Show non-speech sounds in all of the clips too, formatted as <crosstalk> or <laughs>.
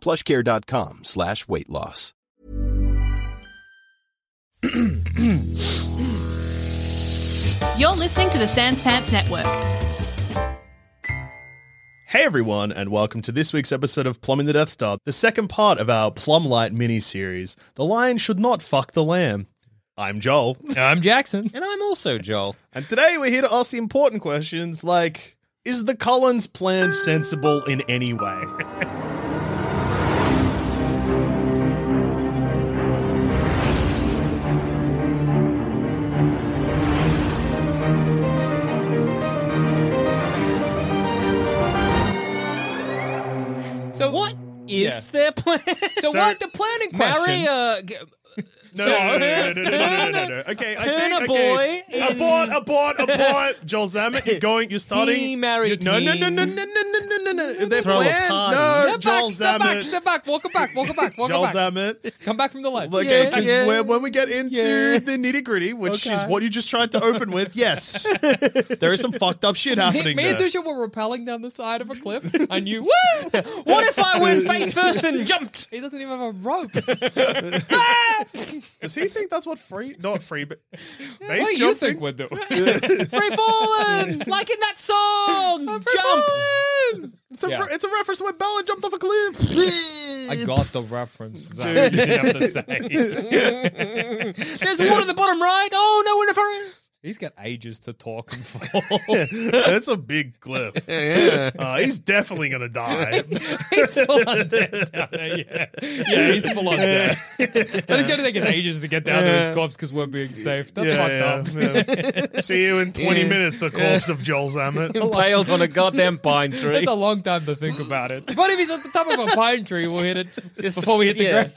Plushcare.com slash weight loss. You're listening to the Sans Pants Network. Hey everyone, and welcome to this week's episode of Plumbing the Death Star, the second part of our Plum Light mini series. The lion should not fuck the lamb. I'm <laughs> Joel, I'm Jackson. And I'm also Joel. and today we're here to ask the important questions like Is the Collins plan sensible in any way? So what is Yeah. their plan? So, what the planning question? Marry a uh, g- No, no, no, no, no, no, no, no, <laughs> no, no. Okay, I Turn think a okay. boy in- Abort, abort, <laughs> abort. Joel Zammit, you're going, you're starting. He married no, No, me. no, no, no, no, no, no, no, no. Their Throw a plan? party. No, Step Joel back, step back, Zammit. step back, walk it back, walk it back, walk Joel it back. Zammit. Come back from the left. Okay, Yeah, because yeah. when, when we get into Yeah. the nitty gritty, which is Okay. what you just tried to open with, <laughs> yes, there is some fucked up shit Me, happening me and there. Dusha were rappelling down the side of a cliff. <laughs> I knew, woo! What if I went face first and jumped? He doesn't even have a rope. <laughs> Ah! Does he think that's what free? Not free, but base what do you think jumping. we're <laughs> doing? Free falling! Like in that song! Jump! It's a, Yeah. it's a reference to when Bella jumped off a <laughs> cliff. I got the reference. <laughs> Zach. Dude, you didn't have to say. <laughs> There's water at the bottom right! Oh no, we're in a hurry! He's got ages to talk and fall. That's a big <laughs> cliff. Uh, he's definitely gonna die. full on dead down there, yeah. <laughs> yeah, he's full on dead. But it's going to <laughs> take us ages to get down to his corpse because we're being safe. That's Yeah, <laughs> fucked up. yeah, yeah. <laughs> See you in 20 minutes, the corpse of Joel Zammit. <laughs> Impaled on a goddamn pine <laughs> tree. It's a long time to think <laughs> about it. But if he's at the top of a pine tree, <laughs> we'll hit it before we hit the yeah.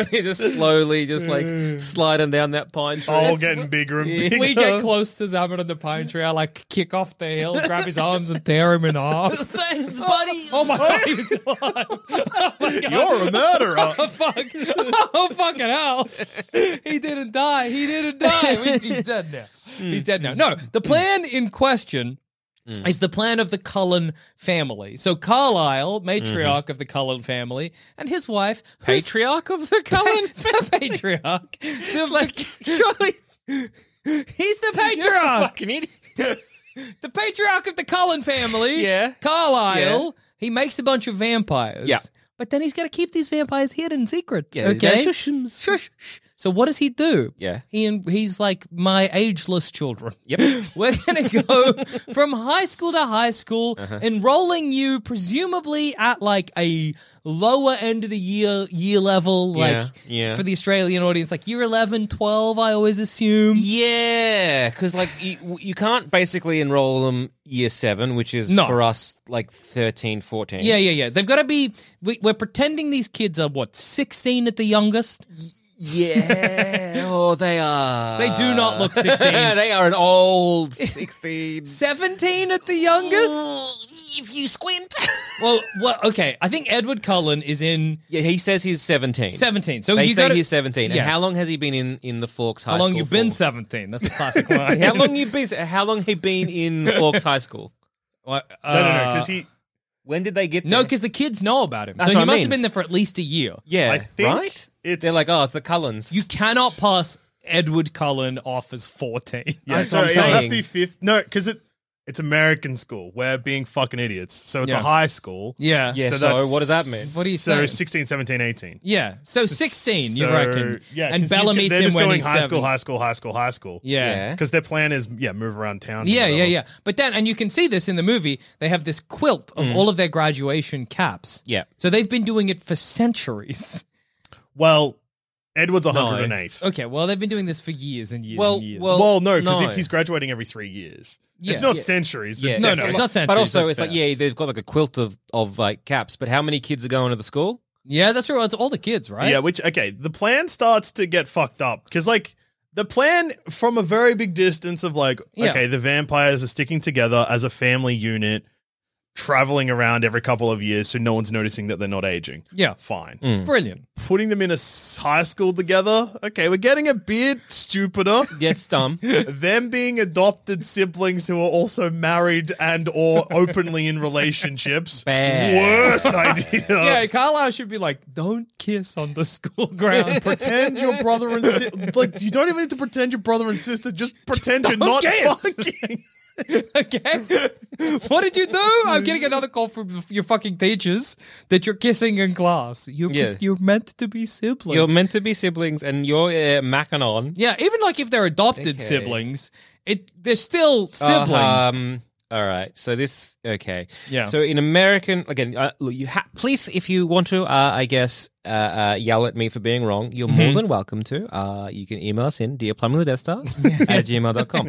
ground. <laughs> just slowly, just like sliding down that pine Oh. tree. All getting bigger and bigger. we get close to Zaman on the pine tree. I like kick off the hill, grab his arms, and tear him in <laughs> half. Thanks, <laughs> buddy! Oh my god! he's alive. Oh my <laughs> god! You're a murderer. Oh fuck! Oh fucking hell! He didn't die. He didn't die. We- He's dead now. He's dead now. No, the plan in question Mm. is the plan of the Cullen family. So Carlisle, Mm-hmm. matriarch of the Cullen family, and his wife, who's- Patriarch of the Cullen? <laughs> the patriarch, the like, <laughs> surely. He's the patriarch! patriarch, <laughs> the patriarch of the Cullen <laughs> family. Yeah. Carlisle. Yeah. He makes a bunch of vampires. Yeah. But then he's got to keep these vampires hidden in secret. Yeah, okay. shush 'em. Shush, shh. So what does he do? Yeah. He and he's like my ageless children. Yep. We're <laughs> gonna go from high school to high school, Uh-huh. enrolling you presumably at like a lower end of the year year level, like Yeah, yeah. for the Australian audience, like year 11, 12, I always assume. Yeah, because like you, you can't basically enroll them year seven, which is No. for us like 13, 14. Yeah, yeah, yeah. They've got to be. We, we're pretending these kids are what sixteen at the youngest. <laughs> yeah. oh, they are. They do <laughs> not look 16. they are an old <laughs> sixteen. Seventeen at the youngest. if you squint. well, well, okay. I think Edward Cullen is in yeah, he says he's seventeen. seventeen. So They Oh, you say gotta, he's seventeen. Yeah. And how long has he been in in the Forks High How long School you been for? seventeen? That's a classic <laughs> line. How long you been? How long he been in <laughs> Forks High School? No, no, no, because he. When did they get there? No, because the kids know about him. That's so he what I must mean. have been there for at least a year. yeah, I think right. it's- They're like, oh, it's the Cullens. You cannot pass Edward Cullen off as fourteen. Yeah, That's what I'm sorry, it'll have saying. to be fifth. No, because it it's American school. We're being fucking idiots. So it's Yeah. a high school. Yeah. Yeah, so that's- what does that mean? What do you so say? 16, 17, 18. Yeah. So sixteen, you So, reckon? Yeah, 'cause And he's- Bella meets they're him just when going he's high school, seven. high school, high school, high school. Yeah. Yeah. Because their plan is, yeah, move around town. and Yeah, yeah, whatever. yeah. But then, and you can see this in the movie, they have this quilt of all of their graduation caps. Mm. Yeah. So they've been doing it for centuries. Well, Edward's 108. <laughs> Okay, well, they've been doing this for years and years Well, and years. well- Well, no, because No. he's graduating every three years. Yeah. It's not Yeah. centuries. But Yeah. it's no, no, definitely- it's not centuries. But also, that's it's like fair. yeah, they've got like a quilt of of like caps. But how many kids are going to the school? Yeah, that's right. It's all the kids, right? Yeah, which okay, the plan starts to get fucked up because like the plan from a very big distance of like Yeah. okay, the vampires are sticking together as a family unit, traveling around every couple of years, so no one's noticing that they're not aging. Yeah. fine. Mm. Brilliant. Putting them in a s- high school together, okay, we're getting a bit <laughs> stupider. Gets dumb. them being adopted siblings who are also married and or openly in relationships. Bad. Worse idea. <laughs> Uh, yeah, Carlisle should be like, don't kiss on the <laughs> school ground. pretend your brother and si- like you don't even need to pretend your brother and sister. Just pretend you're not guess. <laughs> fucking. okay. what did you do? I'm getting another call from your fucking teachers that you're kissing in class. You're, Yeah. you're meant to be siblings. You're meant to be siblings, and you're uh, macking on. yeah, even like if they're adopted Okay. siblings, it they're still siblings. Uh-huh. Um, all right. So this okay. Yeah. So in American again, uh, look, you ha- please, if you want to, uh, I guess, uh, uh, yell at me for being wrong. You're Mm-hmm. more than welcome to. Uh, you can email us in dear plumbing the death star at gmail.com.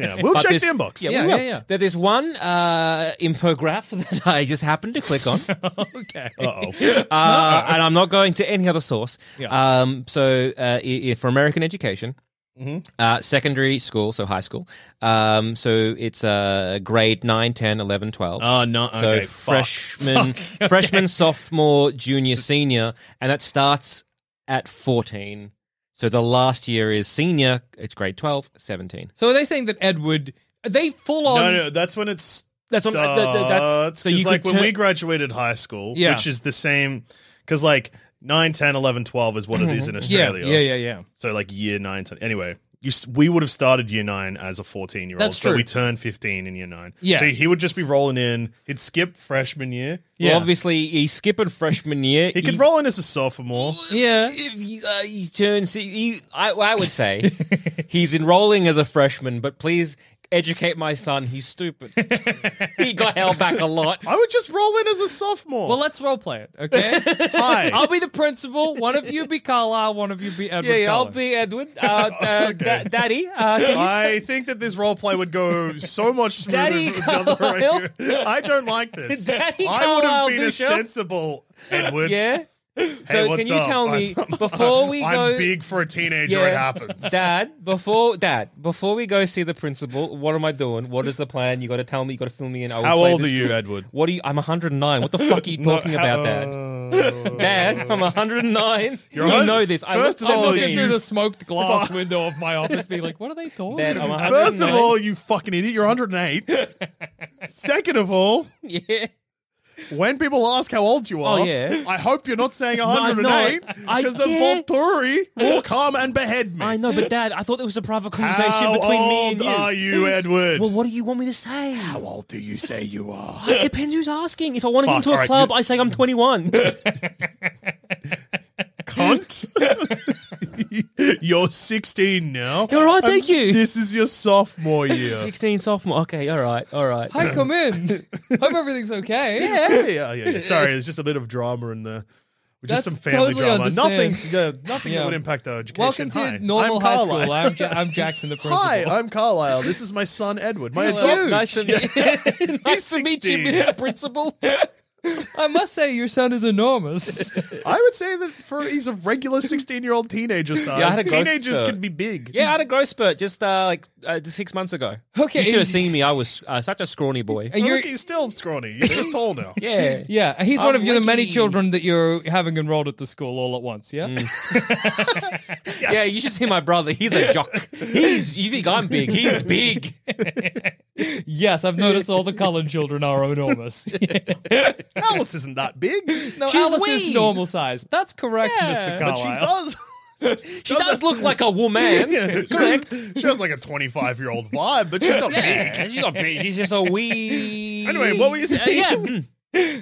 <laughs> Yeah, we'll check the inbox. Yeah, Yeah, we will. yeah, yeah. There is one uh, infograph <laughs> that I just happened to click <laughs> on, uh, okay. Uh-oh. and I'm not going to any other source. Um, so uh, i- i- for American education, Mm-hmm. uh, secondary school, so high school. Um, so it's uh, grade 9, 10, 11, 12. Oh, no, So okay, fuck, <laughs> freshman, freshman, sophomore, junior, senior, and that starts at 14. So the last year is senior, it's grade 12, 17. So are they saying that Edward? Are they full on? Um, uh, No, no, that's when it's That's what I'm- that- that- that's- so so you could like when turn- we graduated high school, Yeah. which is the same because like 9, 10, 11, 12 is what it is in Mm-hmm. Yeah, Australia. yeah, yeah, yeah. So like year nine. ten- Anyway, you, s- we would have started year nine as a fourteen year old, That's but true. we turned fifteen in year nine. Yeah. So he would just be rolling in. He'd skip freshman year. Yeah. Well, obviously, he skipped freshman year. He could roll in as a sophomore. Yeah. If he, uh, he turns, he, he, I, I would say he's enrolling as a freshman, but please educate my son. He's stupid. he got held back a lot. I would just roll in as a sophomore. Well, let's role play it, <laughs> okay? Hi. I'll be the principal. One of you be Carlisle. One of you be Edward. Yeah, yeah, I'll Cullen. be Edward. Uh, <laughs> uh, da- Daddy, uh, can you I think that this role play would go so much smoother Daddy if it was the other way Carlisle. around. I don't like this. <laughs> Daddy I would have Carlisle been a Dusha. sensible Edward. Yeah. Hey, so what's can you up? tell I'm- <laughs> me before we I'm go big <laughs> for a teenager. Yeah. It happens. Dad, before Dad, before we go see the principal, what am I doing? What is the plan? You got to tell me. You got to fill me in. I will How play old this are you, clip. Edward? What are you? I'm 109. What the fuck are <laughs> you No, talking how- about, <laughs> Dad? Dad, <laughs> I'm 109. you right. know this. I First look, of I'm all, looking Looking you- through the <laughs> smoked glass window of my office, being like, "What are they talking Dad, I'm about?" 109. First of all, you fucking idiot, you're <laughs> 108. Second of all, <laughs> yeah. when people ask how old you are, Oh, yeah. I hope you're not saying I'm 108 not. I- because the yeah. Volturi will come and behead me. I know, but Dad, I thought there was a private conversation How between me old and you. are you, Edward? Well, what do you want me to say? how old do you say you are? It depends who's asking. If I want to get Fuck, into a alright, club, you- I say I'm 21. <laughs> Cunt. <laughs> you're 16 now. You're right, thank you. This is your <laughs> sophomore year. 16 sophomore. Okay, all right, all right. Hi, come in. Hope everything's okay. yeah, yeah, yeah. Sorry, there's just a bit of drama in there. Just some That's family totally drama. understand. Nothing, yeah, nothing Yeah. that would impact our education. Welcome to Hi, normal I'm high Carlisle. school. I'm, ja- I'm Jackson, the principal. Hi, I'm Carlisle. This is my son Edward. My He's adult- huge. Nice to meet you. He's <laughs> nice to meet you, 16. Mr. <laughs> Principal. I must say, your son <laughs> is enormous. I would say that for he's a regular 16 year old teenager size. Yeah, I had a growth Teenagers spurt. can be big. Yeah, I had a growth spurt just uh, like uh, just six months ago. Okay. you should have seen me. I was uh, such a scrawny boy. And Look, you're, he's still scrawny. He's just tall now. <laughs> Yeah, yeah, he's one I'm of your, the many Ricky. children that you're having enrolled at the school all at once. Mm. Yeah. yeah. You should see my brother. He's a <laughs> jock. He's. You think I'm big? He's big. Yes, I've noticed all the Cullen children are enormous. Alice isn't that big, <laughs> No, She's Alice is wee. normal size. That's correct, Yeah. Mr. but she Carlisle. does. <laughs> She does look like a <laughs> woman. Yeah, Correct. She has, she has like a 25 year old vibe, but she's not big. <laughs> Yeah, she's not big. She's just a wee. Anyway, what were you Uh, saying? yeah. <laughs> mm.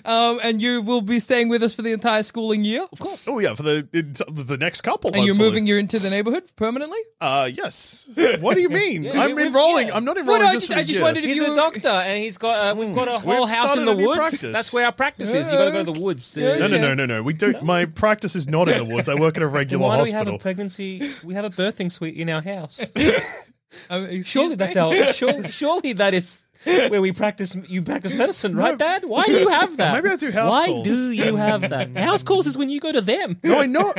Um, and you will be staying with us for the entire schooling year, of course. Oh yeah, for the the next couple. And you're hopefully. moving you into the neighborhood permanently. Uh, yes. What do you mean? <laughs> Yeah, I'm we- enrolling. yeah. I'm not Well, enrolling. no, I just, just, for the I just year. wondered if He's you a were- doctor, and he's got. Uh, we've got a whole house started in the a new woods. practice. That's where our practice is. You got to go to the woods. To, No, no, Okay. no, no, no. We don't. <laughs> My practice is not in the woods. I work at a regular Why do we have hospital. a pregnancy? We have a birthing suite in our house. Um, <laughs> excuse Surely me? <laughs> that's our. Surely, surely that is where we practice. You practice medicine, right, Dad? Why do you have that? Maybe I do house Why calls. do you have that? House calls is when you go to them. No, I <laughs> know.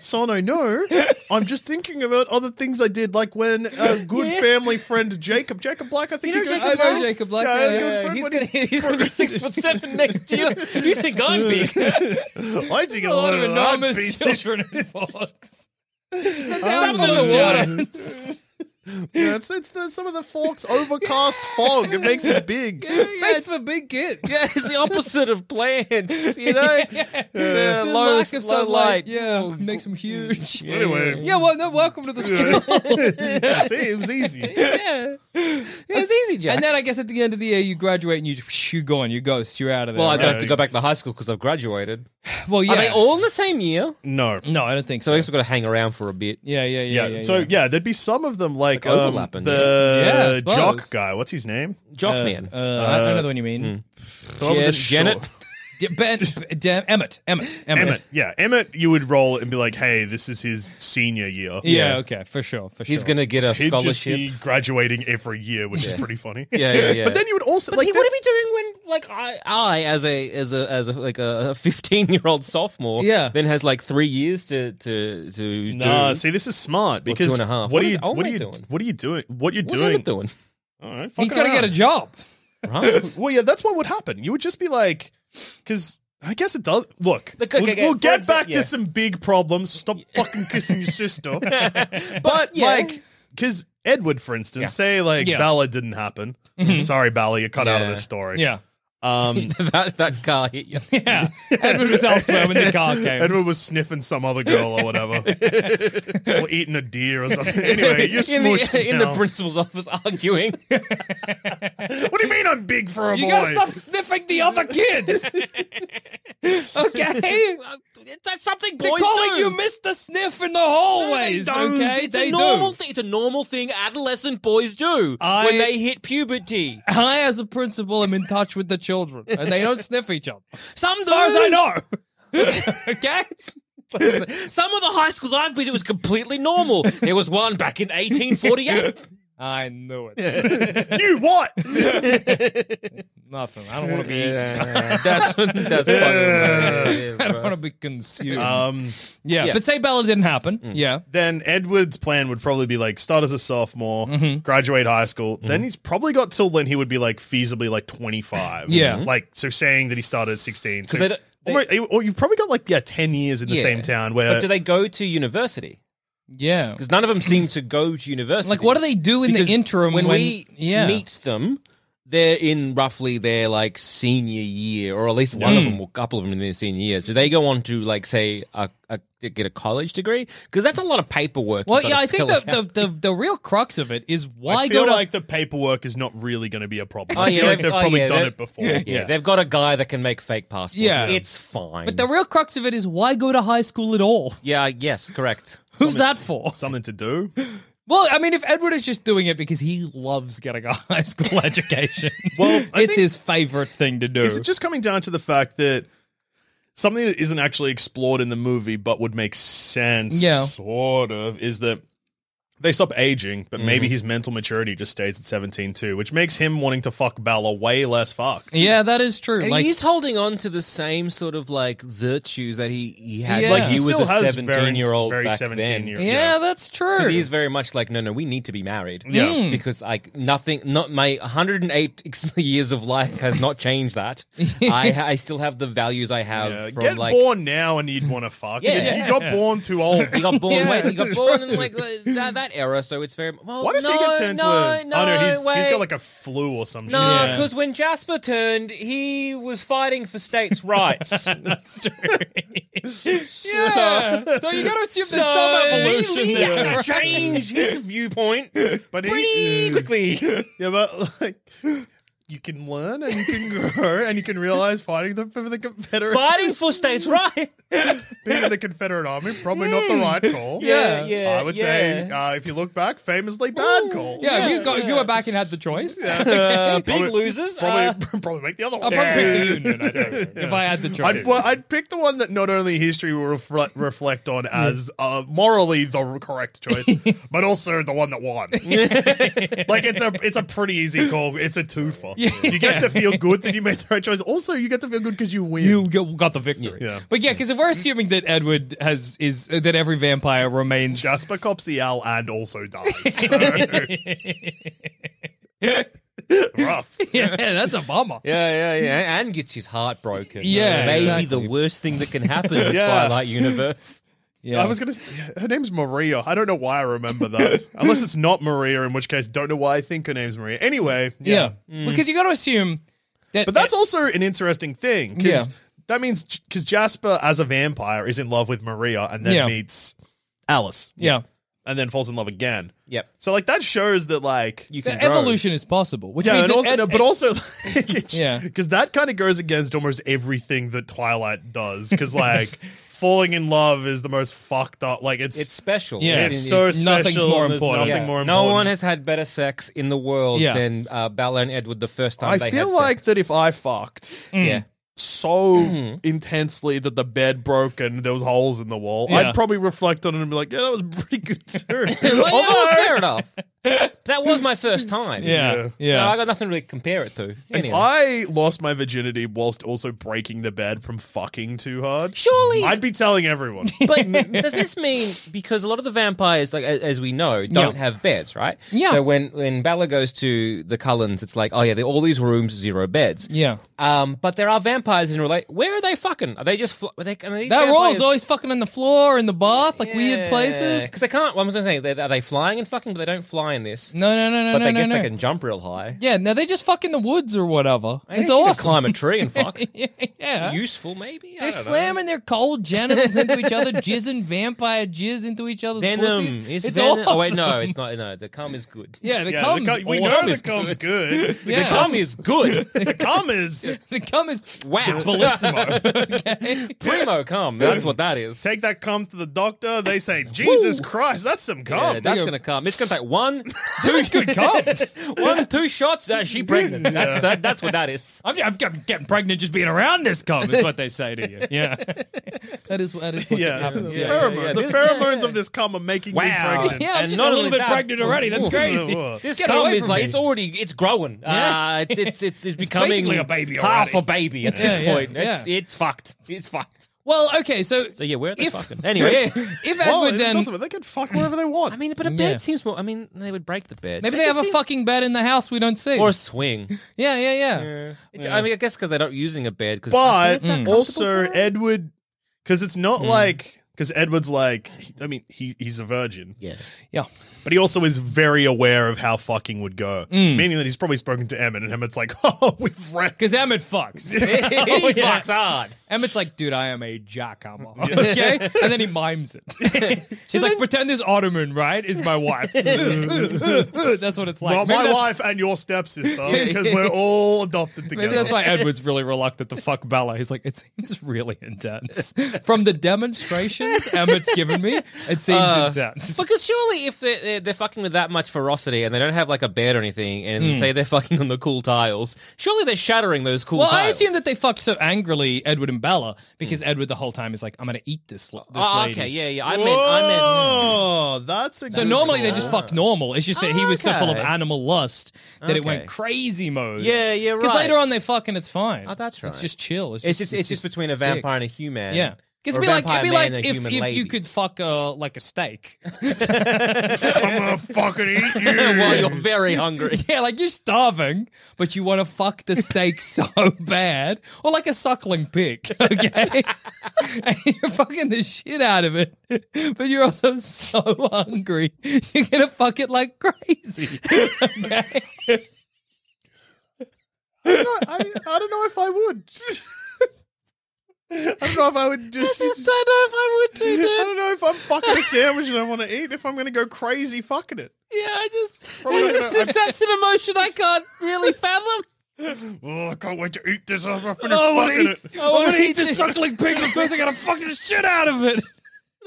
Son, I know. I'm just thinking about other things I did, like when a good family friend, Jacob, Jacob Black, I think You know he goes Jacob to Black? school. Jacob Black, I had a yeah, good yeah, friend <laughs> he's when gonna he's gonna be six foot seven next year. You think I'm big? <laughs> I dig a a lot lot of that of <laughs> anonymous piece. children involved. Something in the water. <laughs> Yeah, it's, it's the, some of the forks <laughs> overcast fog that makes us big. Thanks for big kids. Yeah, <laughs> it's the opposite of plants. You know, It's, uh, The low, lack of low sunlight, light. yeah, makes them <laughs> huge. Yeah. Anyway, well, no, welcome to the school. yeah, see, it was easy. <laughs> Yeah. it's easy, Jack. and then I guess at the end of the year, you graduate and you you go on, you ghost, you're out of there. well, I right? don't have to go back to high school because I've graduated. well, yeah. Are they all in the same year? No. no, I don't think So so. I guess we've got to hang around for a bit. yeah, yeah, yeah, Yeah, yeah. so yeah. there'd be some of them like, Like um, overlapping, yeah. Yeah, I the suppose. jock guy. What's his name? Jock Uh, man. uh, I, I know the one you mean. Over the Jan- shore. Janet. D- Ben, Dan, Emmett, Emmett, Emmett. Emmett. Yeah, Emmett. You would roll and be like, "Hey, this is his senior year. Yeah, Yeah. okay, for sure, for sure. He's going to get a He'd just scholarship. be graduating every year, which is pretty funny. Yeah, yeah, yeah. But then you would also But like he, that- what are we doing when, like, I, I as a, as a, as a, like a <laughs> fifteen-year-old sophomore, Yeah. then has like three years to to to Nah, do. see, this is smart because and a half. what What are is you? What Olmec are you? doing? What are you doing? What you're What's doing? Emmett doing? <laughs> All right, fuck He's got to around. get a job. Right. Well, yeah, that's what would happen. You would just be like, because I guess it does. Look, Look, okay, we'll, okay, we'll for get exa- back yeah. to some big problems. <laughs> Stop fucking kissing your sister. but yeah. like, because Edward, for instance, say like Yeah. Bala didn't happen. Sorry, Bala, you're cut out of Mm-hmm. Yeah. this story. Yeah, <laughs> Um, that that guy. <laughs> hit you. yeah. Edward was elsewhere when the car came. Edward was sniffing some other girl or <laughs> whatever, or eating a deer or something. Anyway, you're in smooshed the, <laughs> in the now. principal's office arguing. what do you mean I'm big for a You boy? gotta stop sniffing the other kids. okay. <laughs> That's something They're boys calling do. you Mr. Sniff in the No, they hallways. don't. Okay, it's they a normal do. thing. It's a normal thing adolescent boys do I- when they hit puberty. I, as a principal, am in touch with the children, and they don't sniff each other. Some As far as do. I know. <laughs> okay. Some of the high schools I've been to, it was completely normal. there was one back in <laughs> 1848. I knew it. you what? <laughs> Nothing. I don't want to be. that's that's funny. <laughs> I don't want to be consumed. Um, yeah. yeah. but say Bella didn't happen. Yeah, then Edward's plan would probably be like start as a sophomore, Mm-hmm. graduate high school. Then he's probably got till then he would be like feasibly like 25. Yeah. Like, so saying that he started at 16. So they don't- they- almost- or you've probably got like, yeah, 10 years in the Yeah. same town where. But do they go to university? yeah. Because none of them seem to go to university. Like, what do they do in Because the interim when, when, we yeah. meet them? They're in roughly their like senior year, or at least one of them, or a couple of them in their senior year. Do they go on to like say a, a, get a college degree? Because that's a lot of paperwork. Well, you've yeah, gotta I think fill the, the, out. the, the real crux of it is why I feel go to like the paperwork is not really going to be a problem. Oh, I feel yeah, like they've oh, probably yeah, done that- it before. <laughs> <laughs> yeah, they've got a guy that can make fake passports. Yeah. it's fine. But the real crux of it is why go to high school at all? <laughs> yeah, yes, correct. Who's that for? Something to do. Well, I mean, if Edward is just doing it because he loves getting a <laughs> high school education, Well, I it's think- his favorite thing to do. Is it just coming down to the fact that something that isn't actually explored in the movie but would make sense, Yeah. sort of, is that they stop aging, but Mm-hmm. maybe his mental maturity just stays at 17 too, which makes him wanting to fuck Bella way less fucked. yeah, that is true. And like, he's holding on to the same sort of like virtues that he, he had. Yeah. Like Like, he he, was still a has very- seventeen year old very back 17 then. year- yeah, yeah. that's true. Because he's very much like, no, no, we need to be married. Yeah. Mm. Because like nothing, not my 108 <laughs> ex- years of life has not changed that. I ha- I still have the values I have Yeah, from get like. born now and <laughs> you'd want to fuck. Yeah. You- You got born too old. <laughs> You got born, Yeah, wait, you that's got born in like uh, that, that era, so it's very. Well, Why does no, he get turned no, to a? No, oh no, he's, he's wait. got like a flu or some No, shit. Yeah. because when Jasper turned, he was fighting for <laughs> states' rights. that's true. yeah. So, you got to assume So- there's some evolution. He there. had to change his viewpoint But he- <laughs> pretty quickly. Yeah, but like <gasps> you can learn and you can <laughs> grow and you can realize fighting the, for the Confederate Fighting for states' right. being in the Confederate Army probably not the Hmm. right <laughs> call. Yeah, yeah, I would yeah. say uh, if you look back, famously bad call. Hmm. Yeah, if you go, if you were back and had the choice, Uh, big Probably- losers. probably uh, <laughs> probably make the other I'd one. <laughs> probably Yeah. pick the union. I think, <laughs> If I had the choice, I'd, well, I'd pick the one that not only history will reflect, reflect on Hmm. as uh, morally the correct <laughs> choice, but also the one that won. like it's a it's a pretty easy call. It's a <laughs> twofer. You get to feel good that you made the right choice. Also, you get to feel good because you win. you go- got the victory. Yeah. But yeah, because if we're assuming that Edward has is that every <laughs> vampire remains Jasper cops the owl and also dies. So. Rough. <laughs> yeah, that's a bummer. Yeah, yeah, yeah. And gets his heart broken. Yeah, Maybe the exactly. worst thing that <laughs> can happen in Yeah. Twilight Universe. <laughs> Yeah. I was gonna. Say, her name's Maria. I don't know why I remember that. Unless it's not Maria, in which case, don't know why I think her name's Maria. Anyway, yeah, Mm. because you got to assume that. E- But that's also an interesting thing because Yeah. that means because Jasper, as a vampire, is in love with Maria and then Yeah. meets Alice yeah. and then falls in love again. Yep. So like that shows that like You can The grow. evolution is possible, which yeah, means and that also, Ed- no, but also, <laughs> like, Yeah. because that kind of goes against almost everything that Twilight does. Because <laughs> like falling in love is the most fucked up. Like it's It's special. Yeah. it's, so it's- special. nothing's more and there's important. Nothing Yeah. more no important. one has had better sex in the world Yeah. than uh, Bella and Edward the first time I they feel had like mm. sex. that if I fucked yeah. so Mm-hmm. intensely that the bed broke and there was holes in the wall, Yeah. I'd probably reflect on it and be like, "Yeah, that was pretty <laughs> good too." Well, yeah, <laughs> well, Although, <laughs> fair enough. That was my first time. yeah, Yeah. So I yeah, got nothing to really compare it to. if Anyway. I lost my virginity whilst also breaking the bed from fucking too hard, Surely, I'd be telling everyone. <laughs> but does this mean because a lot of the vampires, like a- as we know, don't Yeah. have beds, right? Yeah. So when when Bella goes to the Cullens, it's like, oh yeah, they- all these rooms zero beds. yeah. Um, but there are vampires in relate. Where are they fucking? Are they just? Fl- are they, are these That vampires- role's always fucking on the floor in the bath, like weird places. because they can't. What was I saying? They, are they flying and fucking? But they don't fly in this. No, no, no, no, but no, they no, guess no. they can jump real high. Yeah, no, they just fuck in the woods or whatever. I guess it's you could awesome. Climb a tree and fuck. <laughs> yeah. Useful maybe. I They're don't know. slamming their cold genitals into each other, jizzing vampire jizz into each other's Venom. pussies. It's, it's venom. awesome. Oh wait, no, it's not. No, the cum is good. <laughs> Yeah, the Yeah, cum the is cum- we awesome. know the <laughs> cum's good. Yeah. The <laughs> cum is good. <laughs> The cum is The cum is Wow. <laughs> bellissimo. <laughs> okay. Primo cum. That's what that is. take that cum to the doctor. They say, "Jesus Christ, that's some Yeah, cum." that's gonna come. It's gonna take <laughs> one, Dude, good cum. <laughs> one, two shots. Uh, she pregnant. That's that, that's what that is. I'm, I'm getting- getting pregnant just being around this cum is what they say to <laughs> you. Yeah. that is that is what yeah, happens. the Yeah. pheromones, yeah, the this- pheromones of this cum are making me <laughs> <laughs> pregnant. Yeah, I'm And just not a little only bit that- pregnant already. That's Oof. crazy. <laughs> Ugh. This Get cum away is from like me. it's already it's growing. Yeah. Uh, it's it's it's it's becoming basically a baby half already. a baby at this Yeah, yeah, point. It's yeah. it's fucked. It's fucked. Well, okay, so So yeah, where are they If- fucking? <laughs> Anyway, yeah. if Well, Edward it then doesn't matter. They can fuck wherever they want. I mean, but a bed Yeah. seems more. I mean, they would break the bed. maybe It they just have a seems- fucking bed in the house we don't see. or a swing. yeah, yeah, <laughs> yeah. It- I mean, I guess because they're not using a bed. Because but also Edward, because it's not Hmm. like because Edward's like he- I mean he he's a virgin, <laughs> yeah, Yeah. but he also is very aware of how fucking would go, meaning that he's probably spoken to Emmett and Emmett's like, <laughs> oh, we've wrecked. Because Emmett fucks. <laughs> he <laughs> <laughs> he fucks hard. Emmett's like, dude, I am a jackhammer. Okay? And then he mimes <laughs> it. She's like, pretend this Ottoman, right, is <laughs> my wife. <laughs> that's what it's like. Not maybe my that's, wife and your <laughs> stepsister, because we're all adopted together. Maybe that's why Edward's really reluctant to fuck Bella. He's like, it seems really intense. From the demonstrations Emmett's given me, it seems intense. Because surely, if they're, they're, they're fucking with that much ferocity and they don't have like a bed or anything, and Hmm. say they're fucking on the cool tiles, surely they're shattering those cool Well, tiles. I assume that they fucked so angrily, Edward and Bella, because Edward the whole time is like, I'm going to eat this, lo- this Oh, lady. okay, yeah, yeah. I meant, I meant. Oh, that's a So good normally they call. just fuck normal. It's just that he was so full of Oh. Okay. animal lust that it went Okay. crazy mode. Yeah, yeah, Because right. later on they fuck and it's fine. Oh, that's It's right. just chill. It's just, It's just it's just between a sick. vampire and a human. Yeah. Because Or it'd be a like vampire it'd be man like and a if, human if you lady. <laughs> could fuck a like a steak. <laughs> I'm gonna fucking eat you. <laughs> well, <laughs> you're very hungry. <laughs> yeah, like you're starving, but you want to fuck the <laughs> steak so bad, or like a suckling pig. <laughs> Okay, and you're fucking the shit out of it, <laughs> but you're also so hungry you're gonna fuck it like crazy. <laughs> Okay. <laughs> I, don't- I, I don't know if I would. <laughs> I don't know if I <laughs> would just. don't know if I would do I don't know if I'm fucking a sandwich and I want to eat. If I'm going to go crazy fucking it, <laughs> Yeah, I <laughs> just Probably not gonna- that's an emotion I can't really fathom. Oh, I can't wait to eat this. I'm gonna finish I want fucking to it. eat, <laughs> I <laughs> wanna eat <laughs> this suckling pig, but first I gotta fuck the shit out of it.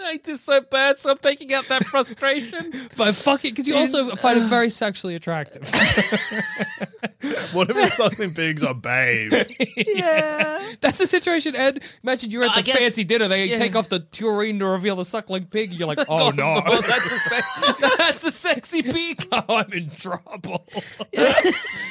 I hate this so bad, so I'm taking out that frustration. By fucking, because you also find it very sexually attractive. What if something big's a babe? <laughs> That's the situation, Ed. Imagine you're at the I guess- fancy dinner, they yeah. take off the tureen to reveal the suckling pig, and you're <laughs> like, <laughs> oh no. Oh, that's, a se- <laughs> that's a sexy peak. Oh, <laughs> I'm in trouble. <laughs>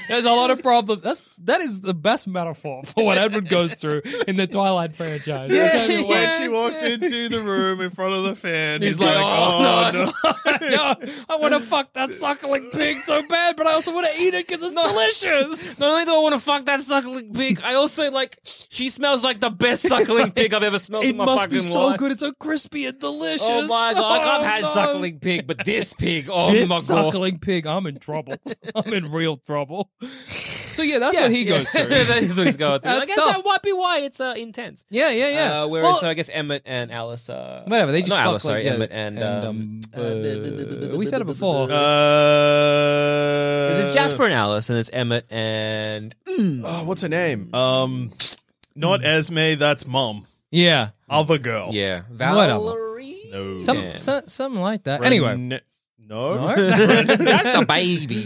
There's a lot of problems. That's that is the best metaphor for what Edward goes through in the Twilight franchise. Okay, When she walks into the room in front of the fan, He's, like, oh, no, no, I want to fuck that suckling pig so bad, but I also want to eat it because it's delicious. Not only do I want to fuck that suckling pig, I also like she smells like the best suckling pig I've ever smelled <laughs> It in my must fucking be so life. good. It's so crispy and delicious. Oh my god, I've Oh, had no. suckling pig, but this pig, oh this my god. suckling pig, I'm in trouble. <laughs> I'm in real trouble. So yeah, that's what he goes <laughs> through. that is what he's going through. I <laughs> That's guess tough. that might be why it's uh, intense. yeah, yeah, yeah. Uh, whereas Well, I guess Emmett and Alice, uh, Whatever, they just not fuck Alice, like- sorry, yeah, Emmett and, um, uh, we said it before. Uh, it's Jasper and Alice, and it's Emmett and Oh, what's her name? Um, not Esme. That's mom. yeah, Other girl. yeah, Whatever. Valerie. <laughs> No. some, Yeah. so- something like that. Ren- Anyway, <laughs> No. <laughs> That's the baby.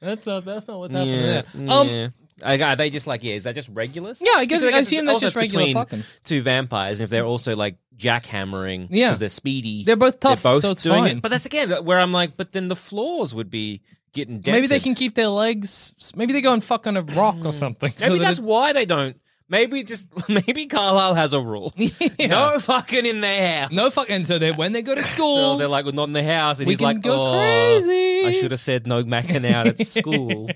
that's not that's not what's happening Yeah, there. Um, yeah. I, are they just like yeah? Is that just regulars? Yeah, I guess- Because I it's assume that's also just regular between fucking. Two vampires, and if they're also like jackhammering, Yeah. because they're speedy, They're both tough, so it's doing fine. It. But that's again where I'm like, but then the floors would be getting dented. maybe they can keep their legs. Maybe they go and fuck on a rock or something. so Mm. Maybe that that's it- why they don't. Maybe just <laughs> maybe Carlisle has a rule: <laughs> no fucking in their house. no fuck. And so they when they go to So school, they're like, well, not in the house, and We he's can like, go oh, crazy." I should have said no macking out <laughs> at school.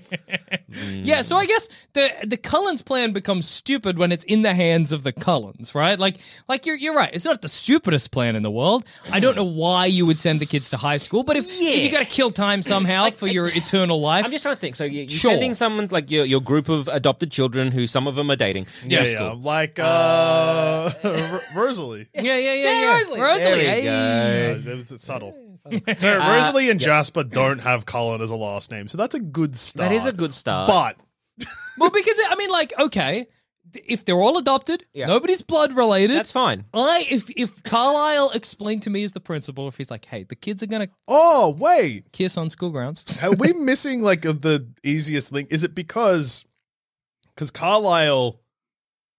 Yeah, so I guess the the Cullens plan becomes stupid when it's in the hands of the Cullens, right? Like like you're you're right. It's not the stupidest plan in the world. I don't know why you would send the kids to high school, but if, if you Yeah. got to kill time somehow for your eternal life, I'm just trying to think. So you- you're Sure. sending someone like your your group of adopted children who some of them are dating. Yeah, to yeah, school. like uh, Ro- Rosalie. yeah, yeah, yeah, yeah. Rosalie, There we hey. go. Uh, it was subtle. so Rosalie and Jasper don't have Colin as a last name, so that's a good start. That is a good start. But Well, because I mean, like, okay, if they're all adopted, Yeah. nobody's blood related. that's fine. I if if Carlisle explained to me as the principal, if he's like, hey, the kids are gonna oh wait, kiss on school grounds. <laughs> are we missing like the easiest link? Is it because because Carlisle?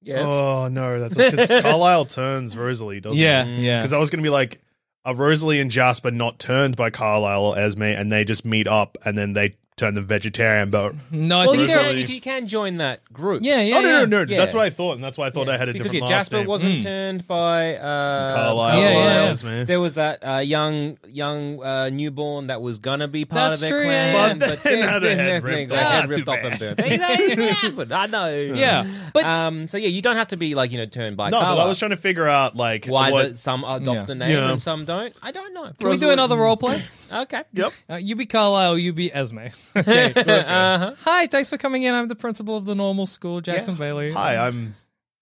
Yes. Oh no, that's <laughs> because Carlisle turns Rosalie, doesn't yeah, he? yeah. Because I was going to be like, are Rosalie and Jasper not turned by Carlisle or Esme, and they just meet up, and then they turn them vegetarian? But No, I well, think you they're, can, you, can join that group. yeah, yeah. oh no, yeah. no, no, Mm-hmm. Yeah. that's what I thought, and that's why I thought I had a because yeah, different last Jasper name. wasn't turned by uh, Carlisle. Yeah, yeah, Carlisle. yeah. Esme. There was that uh, young young uh, newborn that was gonna be part That's of their true, clan, yeah, yeah. But then had a their- head their- ripped their off. head That's ripped too off and bad. burned. It's happened. I know. Yeah, but um, so yeah, you don't have to be like you know turned by. No, but I Carlisle. was trying to figure out like why what- the, some adopt the name Yeah. and some don't. I don't know. Can we do another role play? Okay. Yep. <laughs> Uh, you be Carlisle, you <laughs> be Esme. Okay. Uh-huh. Hi, thanks for coming in. I'm the principal of the normal school, Jackson <laughs> Bailey. Hi, uh, I'm.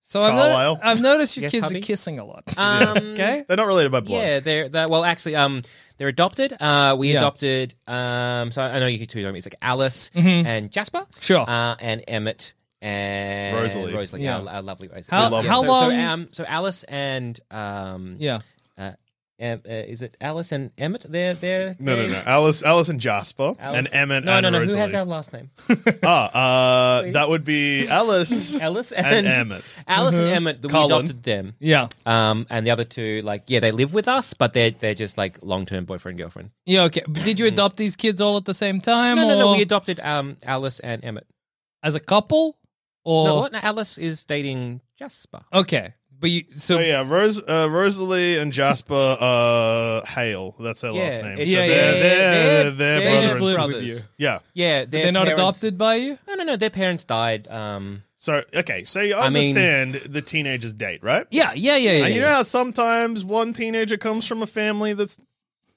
So I've, Carlisle. I've noticed your Yes, kids hubby? are kissing a lot. Um, okay. They're not related by blood. Yeah, they're, they're well, actually, um, they're adopted. Uh, we Yeah. adopted. Um, so I know you two. I mean, it's like Alice and Jasper. Mm-hmm. Sure. Uh, and Emmett and Rosalie. Rosalie. Yeah. Yeah, I, love Rosalie. How- Yeah, how so, long- So, um, so Alice and um, Yeah. uh, Em- uh, is it Alice and Emmett? They're they're No, no, they're- no. Alice, Alice and Jasper, Alice- and Emmett No, and no, no. Rosalie. Who has our last name? Ah, uh, that would be <laughs> Alice, Alice and, and, Emmett. Alice Mm-hmm. and Emmett. We Colin. adopted them. Yeah. Um, and the other two, like, yeah, they live with us, but they're they're just like long term boyfriend girlfriend. Yeah, okay. But did you adopt these kids all at the same time? Hmm. No, no, or no. We adopted um Alice and Emmett. as a couple? Or No, what? No, Alice is dating Jasper. Okay. But you so So yeah, Rose, uh, Rosalie and Jasper uh, Hale. That's their Yeah, last name. it's- so Yeah, they're, they're, yeah, yeah, they're, yeah. They brother just and live sister. with you. Yeah. Yeah, their they're not parents- adopted by you? No, no, no. Their parents died. Um, So okay, so you I mean- understand the teenagers date, right? Yeah, yeah, yeah, yeah. And you know how sometimes one teenager comes from a family that's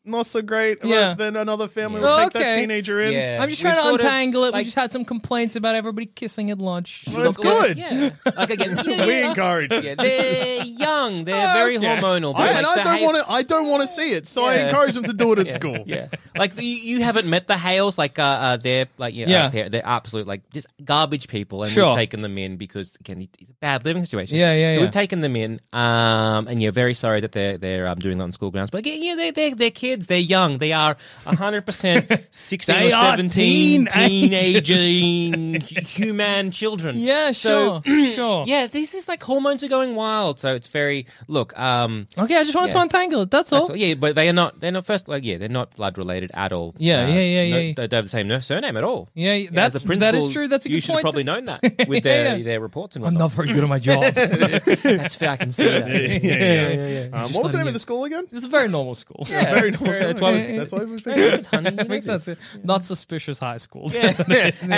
not so great, Yeah. yeah. then another family Oh, will take that okay. teenager in. Yeah. I'm just We've trying to sort of, untangle it. like- we just had some complaints about everybody kissing at lunch. Well, it's good. Yeah. Like <laughs> again, you know, We yeah, encourage. it. yeah, they're young. They're very hormonal. Oh, I, and I don't want to. to. I don't want to see it, so I Yeah. encourage them to do it at school. <laughs> Yeah, like the, you haven't met the Hales. Like uh, uh they're like yeah, Yeah. uh, they're- they're absolute like just garbage people, and Sure. we've taken them in because again it- it's a bad living situation. Yeah, yeah, So yeah. we've taken them in, um, and you're very sorry that they're they're um, doing that on school grounds. But again, yeah, they they they're kids. They're young. They are hundred <laughs> percent sixteen or They are seventeen, teenagers. teenaging human children. Yeah, So- sure, <clears throat> sure. Yeah, this is like hormones are going wild, so it's very look. Um, Okay, I just wanted to Yeah. untangle it. That's all. that's all- yeah, but they are not. They're not first. Like, yeah, they're not blood related at all. Uh, Yeah, yeah, yeah, no- yeah. They don't have the same nur- surname at all. As a Yeah, that's- that is principal, true. That's a you good should have point. probably known that with their <laughs> Yeah. their reports and I'm whatnot. not very good at my <laughs> job. that's fair. I can see <laughs> that. Yeah, yeah, yeah. Um, what was the name of the school again? It's a very normal school. Yeah, Very normal. That's why. yeah, We, yeah. That's why it was <laughs> <laughs> big. honey, you Makes know this. sense. Not suspicious high school. Yeah. <laughs>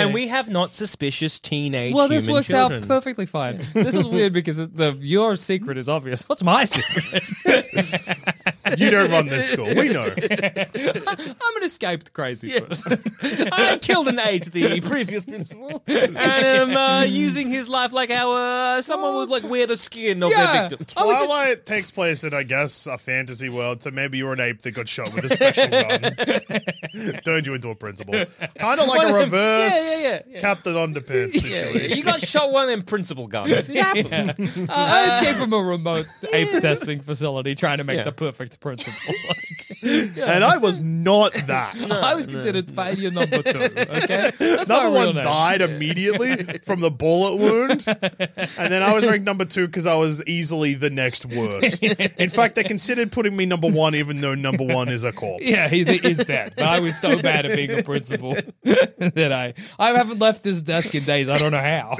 <laughs> and we have not suspicious teenage. Well, this human works children. out perfectly fine. This is weird because it- the your secret is obvious. What's my <laughs> secret? You don't run this school. We know. <laughs> I'm an escaped crazy person. <laughs> I killed and ate the previous principal, and am uh, using his life like our uh, someone would like wear the skin of <laughs> Yeah. their victim. I would just- Twilight takes place in, I guess, a fantasy world. So maybe you're an ape that got shot with a <laughs> special gun. <laughs> Turned you into a principal. Kind of like a One of them- reverse Yeah, yeah, yeah, <laughs> yeah. Captain Underpants situation. you got shot one of them principal <laughs> guns. It happens. Uh, I escaped from <laughs> a remote ape testing facility trying to make Yeah. the <laughs> perfect principle. And I was not that. I was considered failure number two. <laughs> Okay, that's my Number real one name. died immediately from the bullet <laughs> wound, and then I was ranked number two because I was easily the next worst. <laughs> In fact, they considered putting me number one, even though number one is a corpse. <laughs> Yeah, he's he's dead. But I was <laughs> so bad at being a principal <laughs> that I I haven't left this desk in days. I don't know how.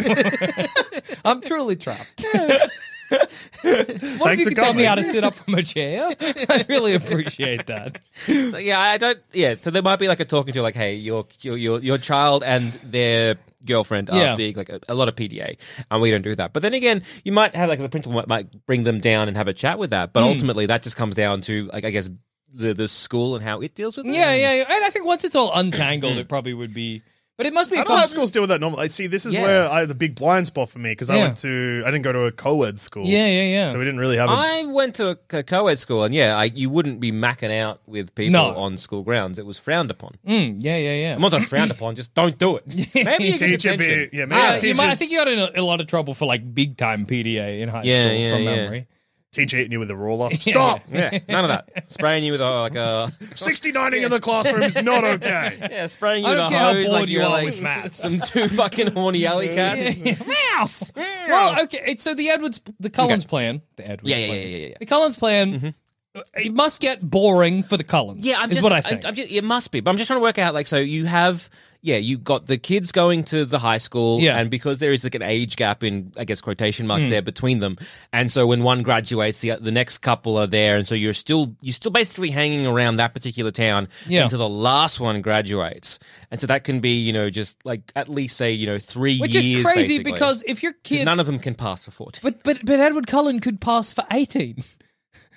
<laughs> I'm truly <laughs> trapped. What Thanks if for you could tell coming. me how to sit up from a <laughs> chair? I'd really appreciate that. So, yeah, I don't. Yeah, so there might be like a talking to like, hey, your your your, your child and their girlfriend are Yeah. big, like a, a lot of PDA, and we don't do that. But then again, you might have like the principal might, might bring them down and have a chat with that. But Hmm. ultimately, that just comes down to like I guess the the school and how it deals with it. Yeah, yeah, yeah. And I think once it's all untangled, it probably would be. But it must be. I a don't know how con- schools deal with that normally. I see. This is Yeah. where I had the big blind spot for me because I Yeah. went to I didn't go to a co-ed school. Yeah, yeah, yeah. So we didn't really have. a I went to a co-ed school, and yeah, I, you wouldn't be macking out with people No. on school grounds. It was frowned upon. Mm, yeah, yeah, yeah. I'm not frowned upon. Just don't do <laughs> it. Maybe you can Teacher get detention. be- yeah, maybe Yeah, our Uh, you might, I teachers think you got in a, a lot of trouble for like big time PDA in high Yeah, school yeah, from yeah. memory. teach hitting you with a ruler. Stop! Yeah, none of that. Spraying you with a, like uh, a Sixty nining in the classroom is not okay. yeah, spraying you I with don't a care how hose bored like you you're are like with maths. <laughs> some two fucking <laughs> horny alley cats. <laughs> Mouse. Well, okay. it's- So the Edwards, the Cullens plan, the Edwards Yeah, yeah, plan, yeah, yeah, yeah. the Cullens plan. Mm-hmm. uh, It must get boring for the Cullens. Yeah, I'm is just, what I think. I, am just, it must be, but I'm just trying to work out. Like, so you have, yeah, you got the kids going to the high school, Yeah. and because there is like an age gap in, I guess, quotation marks there between them, and so when one graduates, the the next couple are there, and so you're still you're still basically hanging around that particular town Yeah. until the last one graduates, and so that can be, you know, just like at least say, you know, three Which years, is crazy basically. because if your kid, none of them can pass for fourteen. but but but Edward Cullen could pass for eighteen.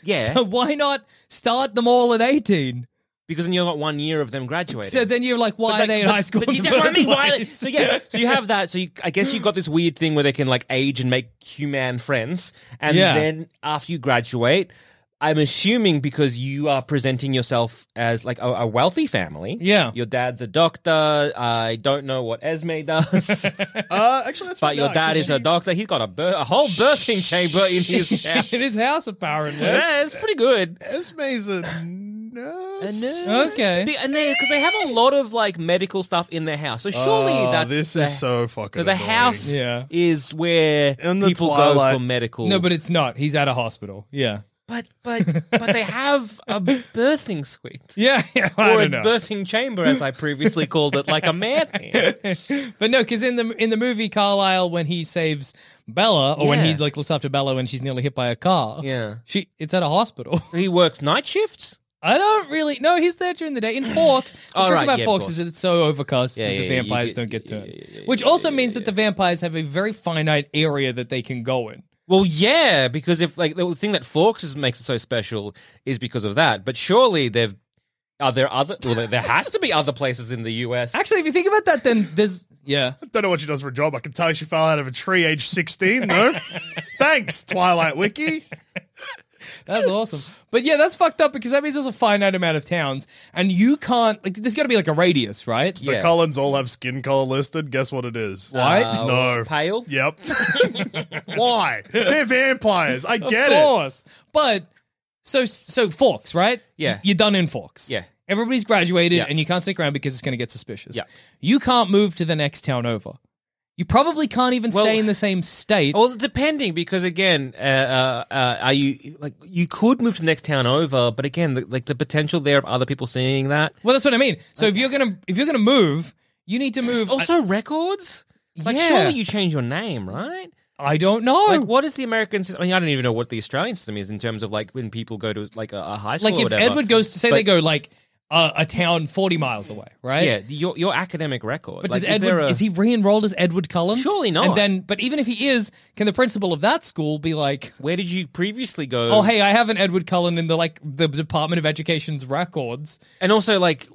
Yeah, So why not start them all at eighteen? because then you've got one year of them graduating. So then you're like, why Like, are they in but- high school? but in the that's what I first mean. Why <laughs> place? they- so <laughs> yeah, so you have that. So you, I guess you've got this weird thing where they can like age and make human friends, and Yeah. then after you graduate, I'm assuming because you are presenting yourself as like a, a wealthy family. Yeah. your dad's a doctor. I don't know what Esme <laughs> does, Uh, actually, that's but your dad is a doctor. He's got a, bir- a whole birthing chamber in his <laughs> house. in his house apparently. Yeah, it's pretty good. Esme's a nurse. Okay. Be- And they because they have a lot of like medical stuff in their house, so surely Oh, that's this the- is so fucking. So the annoying. house Yeah. is where In the people twilight. go for medical. No, but it's not. He's at a hospital. Yeah. but but but they have <laughs> a <laughs> birthing suite Yeah. <laughs> yeah I or a don't know. birthing chamber, as I previously called it, like <laughs> a madman. But no, because in the in the movie Carlisle, when he saves Bella, or when he Yeah. like looks after Bella when she's nearly hit by a car, Yeah. she it's at a hospital. <laughs> He works night shifts. I don't really. No, he's there during the day in Forks. The Oh, trick right, about yeah, of Forks course. is that it's so overcast Yeah, that yeah, the yeah, you vampires get- don't get to yeah, him, yeah, yeah, which yeah, also yeah, means yeah, that the vampires have a very finite area that they can go in. Well, yeah, because if like the thing that Forks is, makes it so special is because of that. But surely they've Are there other? Well, there- there has to be other places in the U.S. Actually, if you think about that, then there's yeah. Don't know what she does for a job. I can tell you she fell out of a tree age 16, though. Thanks, Twilight Wiki. That's awesome. But yeah, that's fucked up because that means there's a finite amount of towns, and you can't. Like, there's got to be like a radius, right? The Collins all have skin color listed. Guess what it is? White? No. uh, pale. <laughs> Yep. Why? They're vampires. I get of it. course. But so so forks, right? Yeah. You're done in forks. Yeah. Everybody's graduated Yeah. and you can't stick around because it's going to get suspicious. Yeah. You can't move to the next town over. You probably can't even Well- oh, stay in the same state. Well, depending, because again, uh, uh, uh, are you like you could move to the next town over, but again, the, like the potential there of other people seeing that. well, that's what I mean. So if you're going to if you're going to move, you need to move Also, records. Like, Yeah. surely you change your name, right? I, I don't know. Like, what is the American? system? I mean, I don't even know what the Australian system is in terms of like when people go to like a, a high school. like or if whatever. Edward goes to say But- they go like uh, a town 40 miles away, right? yeah, your your academic record. But like, does is there Edward a- is he re-enrolled as Edward Cullen? Surely not. And then, but even if he is, can the principal of that school be like, Where did you previously go? Oh, hey, I have an Edward Cullen in the like the Department of Education's records. and also like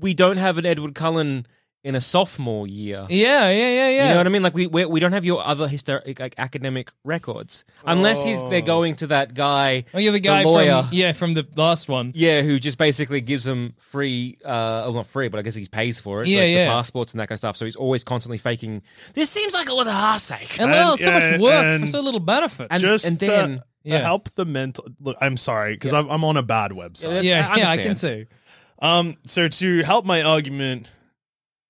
we don't have an Edward Cullen in a sophomore year. Yeah, yeah, yeah, yeah. You know what I mean? Like we we, we don't have your other historic like academic records unless he's they're going to that guy. Oh, you're the guy lawyer. from yeah from the last one. Yeah, who just basically gives him free, uh, well, not free, but I guess he pays for it. Yeah, like yeah. The passports and that kind of stuff. So he's always constantly faking. This seems like a lot of heartache. And, oh, so yeah, much work for and- so little benefit. And, Just and then, to, Yeah. to help the mental. Look, I'm sorry because I'm, I'm on a bad website. I- yeah, I yeah, I understand. can see. Um, so to help my argument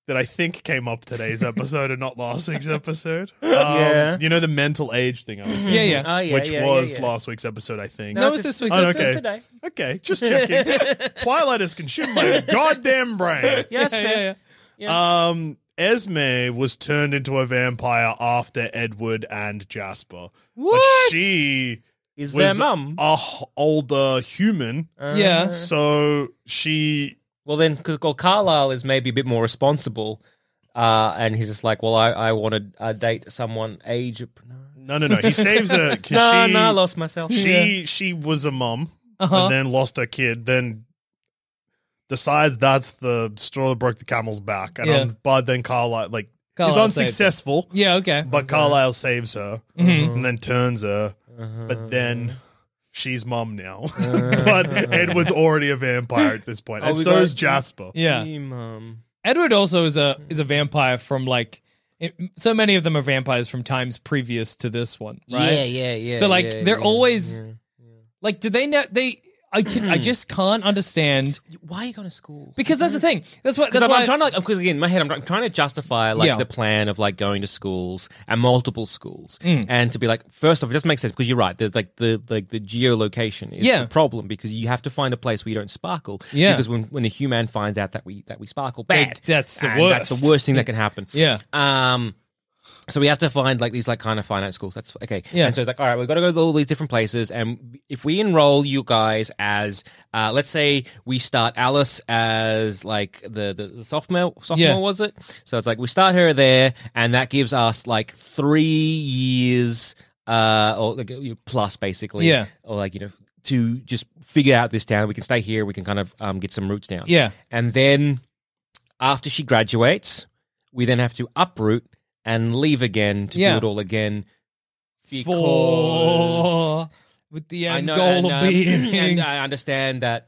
that I think came up today's episode and not last week's episode. Um, <laughs> Yeah. You know the mental age thing I was saying, Yeah, yeah. Oh, yeah, which yeah, yeah, was yeah. last week's episode, I think. no, it's this week's oh, episode. okay. today. Okay, just <laughs> checking. Twilight has consumed my goddamn brain. Yeah, that's Yeah, fair. yeah, yeah. Um, Esme was turned into a vampire after Edward and Jasper. What? But she Is was their mum? a h- older human, Uh, yeah. so she Well, then, because well, Carlisle is maybe a bit more responsible, uh, and he's just like, well, I, I want to uh, date someone age. no no no he saves <laughs> her. 'cause No, she, no, I lost myself. she she was a mum Uh-huh. and then lost her kid then decides that's the straw that broke the camel's back and Yeah. um, but then carlisle like is Carlisle saves unsuccessful Yeah, okay. but carlisle saves her Mhm. and then turns her but Uh. then she's mum now <laughs> but edward's already a vampire at this point Oh, and we so got- is jasper Yeah. Hey, mum. Edward also is a is a vampire from like it, so many of them are vampires from times previous to this one, right? Yeah, yeah, yeah. So like yeah, they're yeah, always yeah. like do they know they I can, I just can't understand Why are you going to school? because that's the thing. That's what Because that's I'm, why I'm trying to like because again in my head I'm, I'm trying to justify like Yeah. the plan of like going to schools and multiple schools Mm. and to be like first off it doesn't make sense because you're right there's like the like the geolocation is Yeah. the problem because you have to find a place where you don't sparkle Yeah. because when when a human finds out that we that we sparkle bad that's the and that's the worst. worst thing that can happen Yeah. um so we have to find like these like kind of finance schools. That's okay. Yeah. And so it's like, all right, we've got to go to all these different places. And if we enroll you guys as, uh, let's say we start Alice as like the the, the sophomore sophomore Yeah. was it? So it's like we start her there, and that gives us like three years, uh, or like you know, plus basically, Yeah. or like you know to just figure out this town. We can stay here. We can kind of um get some roots down. Yeah. And then after she graduates, we then have to uproot and leave again to Yeah. do it all again. for with the I end know, goal and, of um, being <laughs> and I understand that.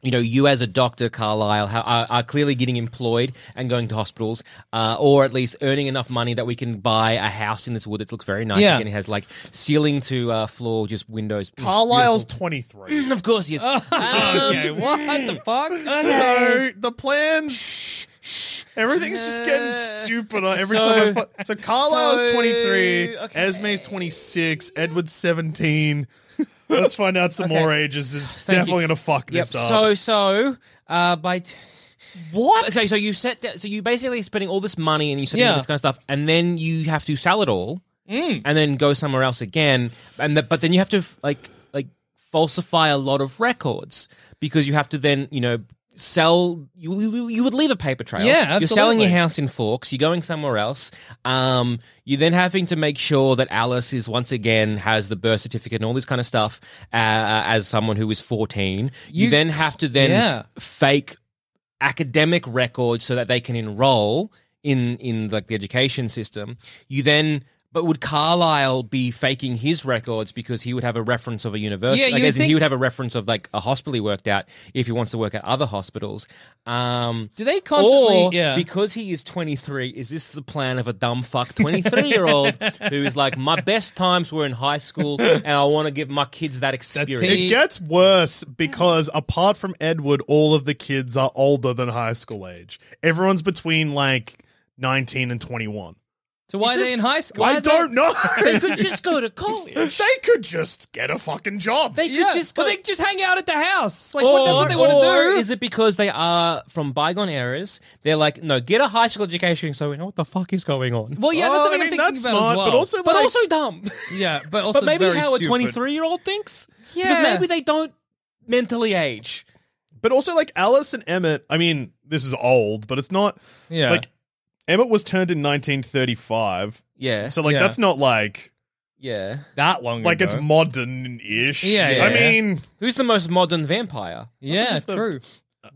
You know, you as a doctor, Carlisle, ha- are, are clearly getting employed and going to hospitals, uh, or at least earning enough money that we can buy a house in this wood that looks very nice. Yeah. Again, it has like ceiling to uh, floor, just windows. Mm, carlisle's 23 beautiful. of course, <laughs> yes. okay, what <laughs> the fuck? Uh, So the plans, everything's just getting stupider every So- time. I fu- so Carlisle's so- 23, okay. Esme's 26, Edward's 17. Let's find out some more ages. It's Thank definitely you. going to fuck Yep. this So, up. so uh, by t- What? Okay, so you set that, so you basically spending all this money and you spending Yeah. Mm. all this kind of stuff, and then you have to sell it all, and then go somewhere else again, and the, but then you have to like like falsify a lot of records because you have to then you know sell. You, you you would leave a paper trail. Yeah, you're selling absolutely. your house in Forks. You're going somewhere else. Um, you're then having to make sure that Alice is once again has the birth certificate and all this kind of stuff uh, as someone who is 14. You, You- then have to then Yeah. fake academic records so that they can enroll in in like the education system. You then. But would Carlisle be faking his records because he would have a reference of a university? Yeah, like, you would as in he think- would have a reference of like a hospital he worked at if he wants to work at other hospitals. Um, Do they constantly? or yeah. because he is 23, is this the plan of a dumb fuck 23 year old <laughs> who is like, my best times were in high school and I want to give my kids that It It experience? teeth. gets worse because apart from Edward, all of the kids are older than high school age. Everyone's between like 19 and 21. so why are this- they in high school? I don't know. <laughs> <laughs> They could just go to college. they could just get a fucking job. They Yeah. could just go. well, they just hang out at the house. Like what, that's what they want or to do. Is it because they are from bygone eras? They're like, no, get a high school education so we know what the fuck is going on. well, yeah, that's Oh, something I mean, I am thinking that's about smart, as well. but also, but like, also dumb. yeah, but <laughs> also but maybe very how a stupid. 23 year old thinks? Yeah. Because maybe they don't mentally age. but also like Alice and Emmett. I mean, this is old, but it's not Yeah. like Emmett was turned in 1935. Yeah. So like Yeah. that's not like yeah. that long like it's ago. modern-ish. Yeah, yeah, I yeah. mean, Who's the most modern vampire? yeah, is the- true.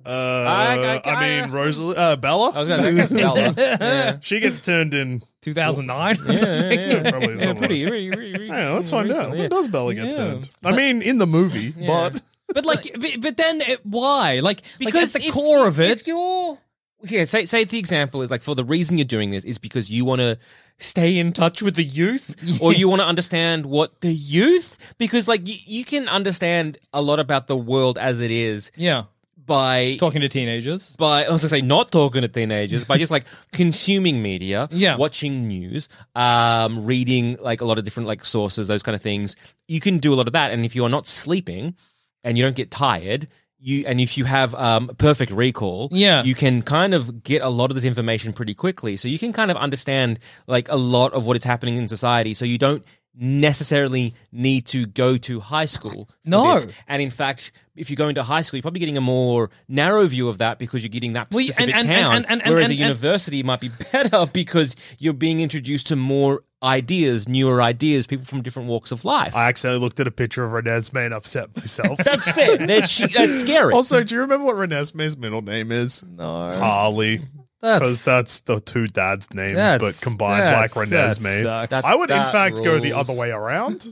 uh, I- I, I- mean Rosalie uh, Bella. I <laughs> was going to say Bella. Yeah. she gets turned in. 2009 or Yeah, something. yeah, yeah. Probably <laughs> Yeah, something pretty, pretty, pretty, pretty. Yeah, let's find out. recently, When yeah. does Bella get Yeah. turned? I mean, in the movie, Yeah. but But like, but, but then it, why? Like, Because because like at if- the core of it, If you're yeah, say say the example is like for the reason you're doing this is because you want to stay in touch with the <laughs> youth, or you want to understand what the youth because like you, you can understand a lot about the world as it is yeah, by talking to teenagers. by I was gonna say not talking to teenagers, by just <laughs> like consuming media, Yeah. watching news, um, reading like a lot of different like sources, those kind of things. You can do a lot of that, and if you are not sleeping and you don't get tired, you and if you have um, perfect recall, Yeah. you can kind of get a lot of this information pretty quickly. So you can kind of understand like a lot of what is happening in society. So you don't necessarily need to go to high school. for No. this. And in fact, if you go into high school, you're probably getting a more narrow view of that because you're getting that Well, you- specific and- and- town. and- and- and- whereas and- a and- university might be <laughs> better because you're being introduced to more ideas, newer ideas, people from different walks of life. I accidentally looked at a picture of Renesmee and upset myself. that's fair. That's, she- that's scary. also, do you remember what Renesmee's middle name is? No, Harley. Because that's the two dads' names, but That's- combined that's- like that Renesmee. sucks. I would, in That fact, go the rules. other way around.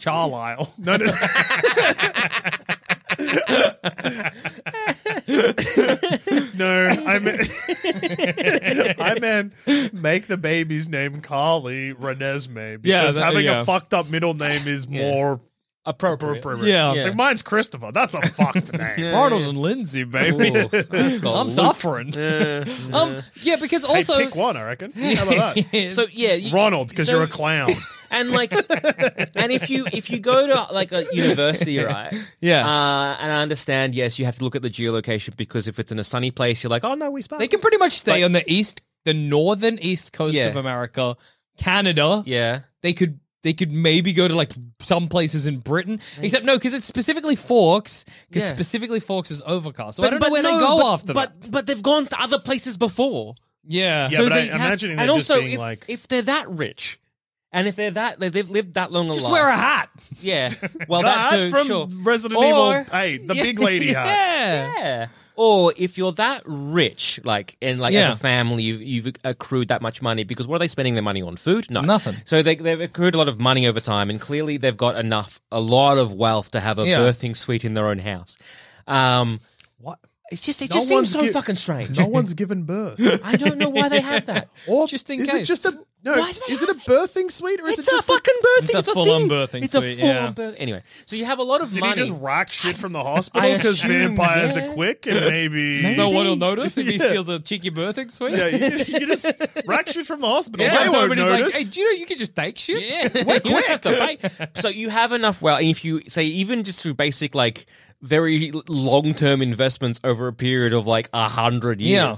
Charlisle. No, no. no, I meant, I meant make the baby's name Carly Renesmee because that- having yeah. a fucked up middle name is more appropriate. appropriate. Yeah. Yeah. Like mine's Christopher. That's a <laughs> fucked name. Arnold and Lindsay, baby. <laughs> Ooh, that's got <laughs> I'm loop. suffering. Um, yeah, because Hey, also, pick one, I reckon. How about that? <laughs> So yeah, you- Ronald, because so- you're a clown. and like and if you if you go to like a <laughs> university right Yeah. uh, and i understand yes you have to look at the geolocation because if it's in a sunny place you're like oh no we spark they can pretty much stay But- on the east, the northern east coast Yeah. of America, Canada. yeah They could. They could maybe go to like some places in Britain, except no, because it's specifically Forks. Because Yeah. specifically Forks is overcast, so I don't know where they go but, after that. but but they've gone to other places before Yeah, Yeah, so but I- they have, imagining and they're just also being if, like- if they're that rich and if they're that they- they've lived that long a just life wear a hat. yeah well The that hat too, from sure. Resident Or- Evil 8, the Yeah. big <laughs> lady hat. Yeah. Yeah. Or if you're that rich, like and like Yeah. as a family, you've, you've accrued that much money because what are they spending their money on? Food? No, Nothing. So they, they've accrued a lot of money over time, and clearly they've got enough, a lot of wealth to have a Yeah. birthing suite in their own house. Um, What? it's just it No just one's seems so gi- fucking strange. No one's given birth. I don't know why they have that. Or Just in is case. it just a no? Why do they Is it a birthing suite or is It's, it a just fucking birthing. It's a It's a full-on thing. birthing It's a suite, full-on yeah. birth- Anyway, so you have a lot of Did money. he just rack shit from the hospital <laughs> I because assume, vampires yeah. are quick and maybe? No one will notice if he Yeah. steals a cheeky birthing suite. Yeah, you, you just rack shit from the hospital. Yeah, they so won't everybody's notice. like, hey, do you know you can just take shit? <laughs> Yeah, <laughs> we're quick. so you have enough wealth, and if you say even just through basic like very long term investments over a period of like a hundred years, Yeah.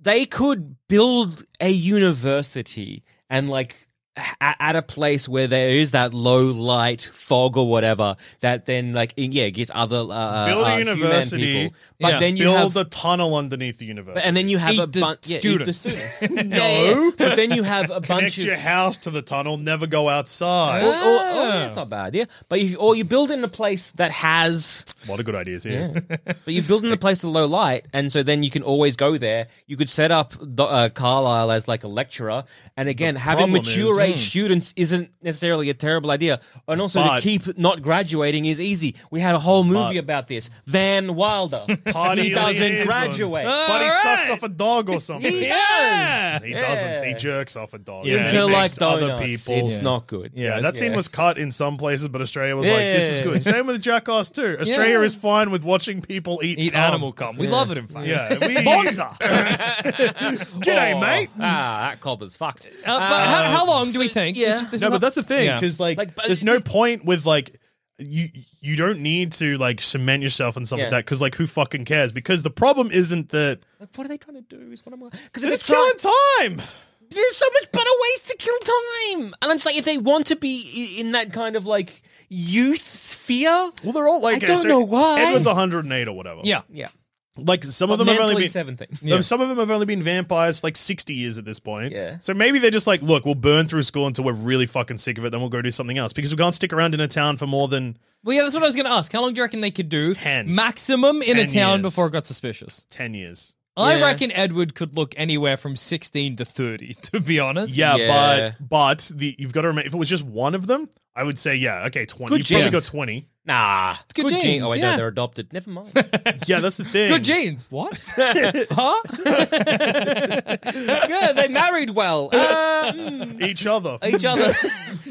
they could build a university and like a- at a place where there is that low light fog or whatever that then like yeah gets other uh, Build a uh, human university, people. but yeah, then you Build have a tunnel underneath the universe. and then you have Eat a the bunch students. <laughs> no, but then you have a bunch Connect of your house to the tunnel. Never go outside. Or, or, or- Ah. yeah, it's not bad, yeah. But you, or you build in a place that has, A lot of good ideas <laughs> here. but you build in a place with low light, and so then you can always go there. You could set up the, uh, Carlisle as like a lecturer, and again, having problem mature is- Hmm. age students isn't necessarily a terrible idea. And also But- to keep not graduating is easy. We had a whole movie But- about this. Van Wilder, <laughs> Party he doesn't liaison. graduate. But he sucks off a dog or something. yeah. He doesn't. He jerks off a dog. Into Yeah, he like makes other donuts. people. It's not good. Yeah, that scene was cut in some places, but Australia was Yeah, like, "This yeah, is yeah. good." Same with Jackass too. Australia is fine with watching people eat, Eat cum. animal cum. We love it, in fact. Yeah, <laughs> we bonza. G'day, mate. Ah, that cobber's fucked. Um, Uh, but how, how long do we think? yeah. This, this no, but is not- that's the thing Yeah. because like, Like, but there's no it- point with like you you don't need to like cement yourself and stuff Yeah. like that because like who fucking cares? Because the problem isn't that Like, what are they trying to do? Is what I'm because it's killing time. there's so much better ways to kill time. And I'm just like, if they want to be i- in that kind of like youth sphere, Well, they're all like I don't know why. Edward's 108 or whatever. yeah. yeah, like some of But them have only mentally been 17. Um, Some of them have only been vampires like 60 years at this point. Yeah. So maybe they're just like, look, we'll burn through school until we're really fucking sick of it, then we'll go do something else because we can't stick around in a town for more than Well, yeah, that's what I was going to ask. How long do you reckon they could do? Ten. Maximum in a Ten town years. before it got suspicious. 10 years. I Yeah. reckon Edward could look anywhere from 16 to 30, <laughs> to be honest. Yeah, Yeah. but but the you've got to remember if it was just one of them, I would say yeah, okay, 20. Good You've probably genes. got 20. Nah, good gene- genes, Oh, wait, yeah. no, they're adopted. Never mind. <laughs> Yeah, that's the thing. Good genes. <laughs> What? huh? Good, they married well. Uh, mm, Each other. each <laughs> other.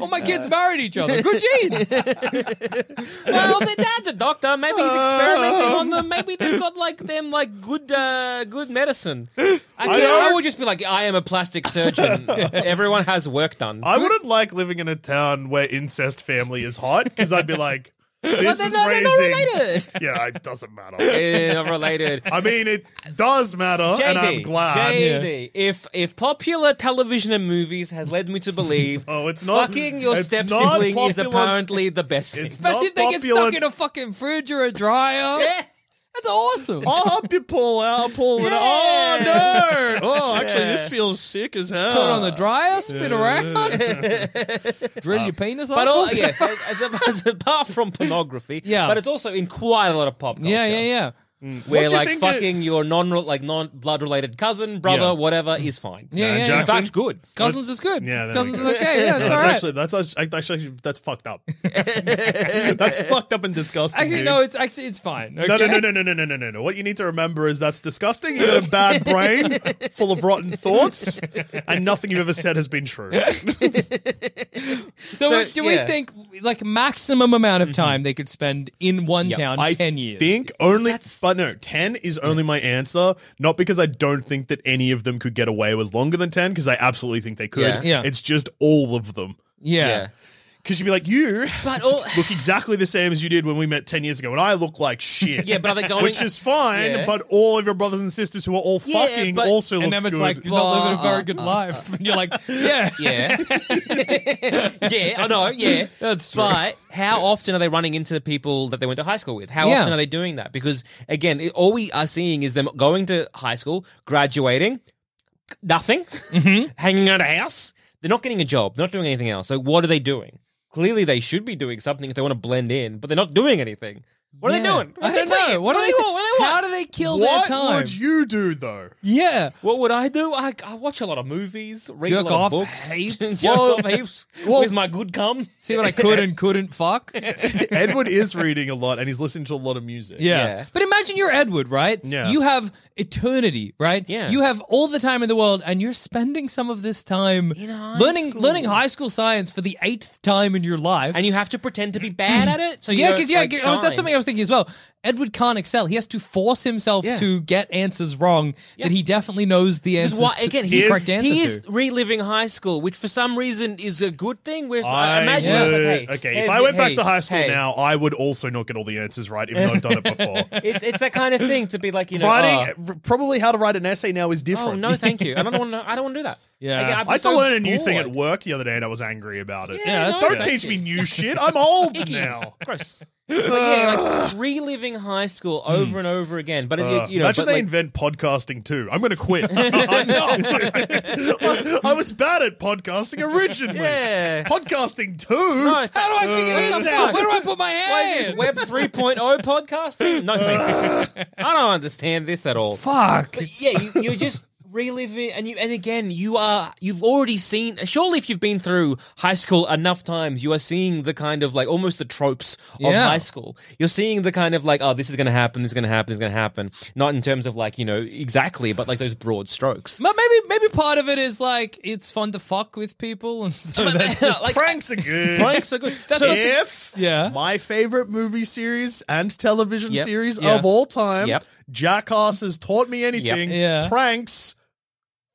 All my kids married each other. Good <laughs> genes. well, their dad's a doctor. Maybe he's experimenting on them. Maybe they've got like them like good, uh, good medicine. I, can't- I don't- would just be like, I am a <laughs> plastic surgeon. Everyone has work done. I wouldn't like living in a town where incest family is hot because I'd be <laughs> like, this they're is not- raising. they're not related. <laughs> Yeah, it doesn't <laughs> matter. Eh, not <laughs> related. I mean, it does matter, JD, and I'm glad. JD, if if popular television and movies has led me to believe, <laughs> Oh, it's not- fucking your it's step not sibling is popular- apparently the best thing. It's Especially not if they get popular- stuck in a fucking fridge or a <laughs> dryer. Yeah. That's awesome. <laughs> I'll help you pull out, pull <laughs> it. Oh no! Oh, actually, this feels sick as hell. Put it on the dryer, <laughs> spin around, drill your penis off. But all, it. yes, as, <laughs> as- apart from pornography, Yeah. but it's also in quite a lot of pop culture. yeah, yeah, yeah. Where What do you like think it- fucking your non like non blood related cousin, brother, Yeah. whatever is fine. Yeah, yeah, yeah. In fact, good. Cousins is good. Yeah, there Cousins we is go. okay. No, Yeah, it's that's all right. actually that's act- actually that's fucked up. <laughs> that's fucked up and disgusting. Actually, dude. no, it's actually it's fine. No, okay? no, no, no, no, no, no, no, no, no. What you need to remember is that's disgusting. You got a <laughs> bad brain full of rotten thoughts, and nothing you've ever said has been true. So, So, do yeah. Mm-hmm. we think like maximum amount of time they could spend in one town? I ten years. think only, but no, ten is only my answer. Not because I don't think that any of them could get away with longer than ten, because I absolutely think they could. Yeah. Yeah. It's just all of them. yeah. Because you'd be like, you But all, <laughs> look exactly the same as you did when we met 10 years ago, and I look like shit. yeah, but are they going? Which is fine, Yeah. but all of your brothers and sisters who are all Yeah, fucking but- also And look then it's good. like you're Well, not living a very uh, <laughs> good life, and you're like, yeah, Yeah. <laughs> yeah, I know, yeah. That's true. But how often are they running into the people that they went to high school with? How Yeah. often are they doing that? Because again, it, all we are seeing is them going to high school, graduating, nothing, Mm-hmm. <laughs> hanging out a house. They're not getting a job, they're not doing anything else. So what are they doing? Clearly they should be doing something if they want to blend in, but they're not doing anything. What are they Yeah. doing? What I are they don't know. playing? What, are they? want? What do they How want? do they kill what their time? would you do though? yeah. What would I do? I, I watch a lot of movies, read Jerk a lot off of books, <laughs> heaps. jerk Well- off heaps well- with my good cum. See what I could and couldn't <laughs> fuck. Edward is reading a lot and he's listening to a lot of music. Yeah. Yeah. But imagine you're Edward, right? Yeah. You have eternity, right? Yeah. You have all the time in the world, and you're spending some of this time high learning school. learning high school science for the eighth time in your life. and you have to pretend to be bad at it. So yeah, you because yeah, like, 'cause that's something I was thinking as well. Edward can't excel. He has to force himself Yeah. to get answers wrong that he definitely knows the Because answers. why, to- again, the he is, correct answer he is to. reliving high school, which for some reason is a good thing. Whereas, I, I imagine, would, like, hey, okay, hey, if I went back hey, to high school hey. now, I would also not get all the answers right, even though I've done it <laughs> before. it, it's that kind of thing to be like, you know, Writing oh, r- probably how to write an essay now is oh, different. no, thank you. I don't want to. I don't want to do that. Yeah. Again, I'd be I had to so learn a new thing at bored. work the other day, and I was angry about it. Yeah, that's don't fair. teach me <laughs> new shit. I'm old Icky. now. Gross. But yeah, like reliving high school over and over again. But Uh, it, you know, Hmm. imagine but they like, invent podcasting too. I'm going to quit. <laughs> I <laughs> know. I was bad at podcasting originally. Yeah. Podcasting too. no, How do I figure this out? Where do I put my Why is hand? this Web 3.0 podcasting? No, thank you. I don't understand this at all. Fuck. But yeah, you, you're just reliving, and you, and again, you are, you've already seen. Surely, if you've been through high school enough times, you are seeing the kind of like almost the tropes of Yeah. high school. You're seeing the kind of like, oh, this is going to happen, this is going to happen, this is going to happen. Not in terms of like you know exactly, but like those broad <laughs> strokes. But maybe maybe part of it is like it's fun to fuck with <laughs> people and so that's just Like, Pranks are good. pranks are good. That's what- if Yeah. my favorite movie series and television Yep. series Yeah. of all time, Yep. Jackass has taught me anything. Yeah. Pranks,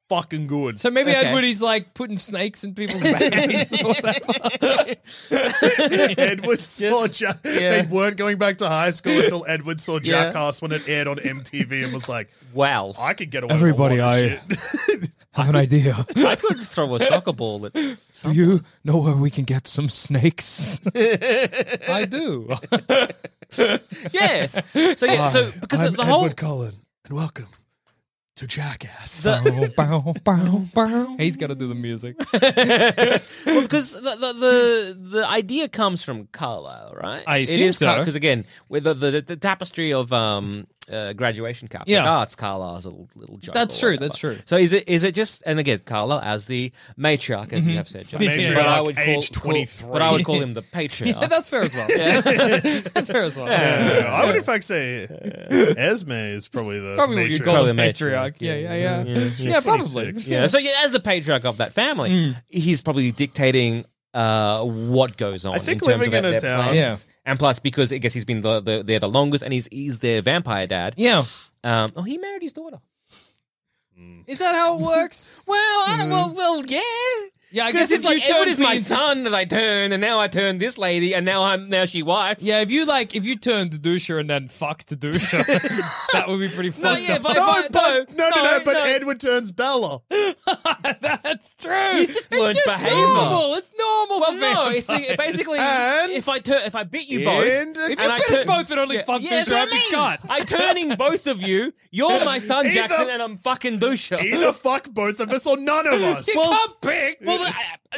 fucking good. so maybe Okay. Edward is like putting snakes <laughs> in people's bags. or whatever. <laughs> Edward saw ja- yeah. they weren't going back to high school <laughs> until Edward saw Yeah. Jackass when it aired on MTV and was like, wow. I could get away. Everybody with a lot of I- shit. <laughs> Have an idea. I could throw a soccer ball at. Do you know where we can get some snakes? <laughs> I do. Yes. So yeah. So because the whole Cullen, and welcome to Jackass. <laughs> bow, bow, bow. He's got to do the music. well, because the, the the the idea comes from Carlisle, right? I assume so. Because again, with the, the the tapestry of um uh, graduation cups, yeah, Yeah. like, oh, it's Carlisle's a little, little joke. That's or true, whatever. that's true. So is it is it just and again Carlisle as the matriarch, as Mm-hmm. you have said, John, matriarch, But I would age call, 23. Call, but I would <laughs> call him the patriarch. Yeah, that's fair as well. <laughs> that's fair as well. I would in fact say Esme is probably the Probably what matriarch. you <laughs> call Probably a matriarch. matriarch. Yeah, yeah, yeah. Yeah, probably. 26. yeah. So yeah, as the patriarch of that family, Mm. he's probably dictating uh what goes on. I think in terms living of in a their town- plans. Yeah. And plus, because I guess he's been the, the, there the longest, and he's he's their vampire dad. Yeah. Um, oh, he married his daughter. Is that how it <laughs> works? Well, I, well, well, yeah. Mm-hmm. Yeah, I Because guess it's if you like Edward turned is me my into- son that I turned, and now I turned this lady, and now I'm now she wife. Yeah, if you like, if you turn to Dusha and then fuck <laughs> to Dusha, that would be pretty fucked No, yeah, if I, up. if I, No, but, no, no, no, but no. Edward turns Bella. That's true. He's just learned it's just behavior. normal. It's normal Well, for no, <laughs> vampires. it's the, basically And- if I turn, if I bit you both, And a If and you I bit us turn- both and only fuck yeah, Dusha, I'd be that's cut. I turning both of you. You're my <laughs> son, Either- Jackson, and I'm fucking Dusha. Either fuck both of us or none of us. You can't pick. Well, <laughs> I-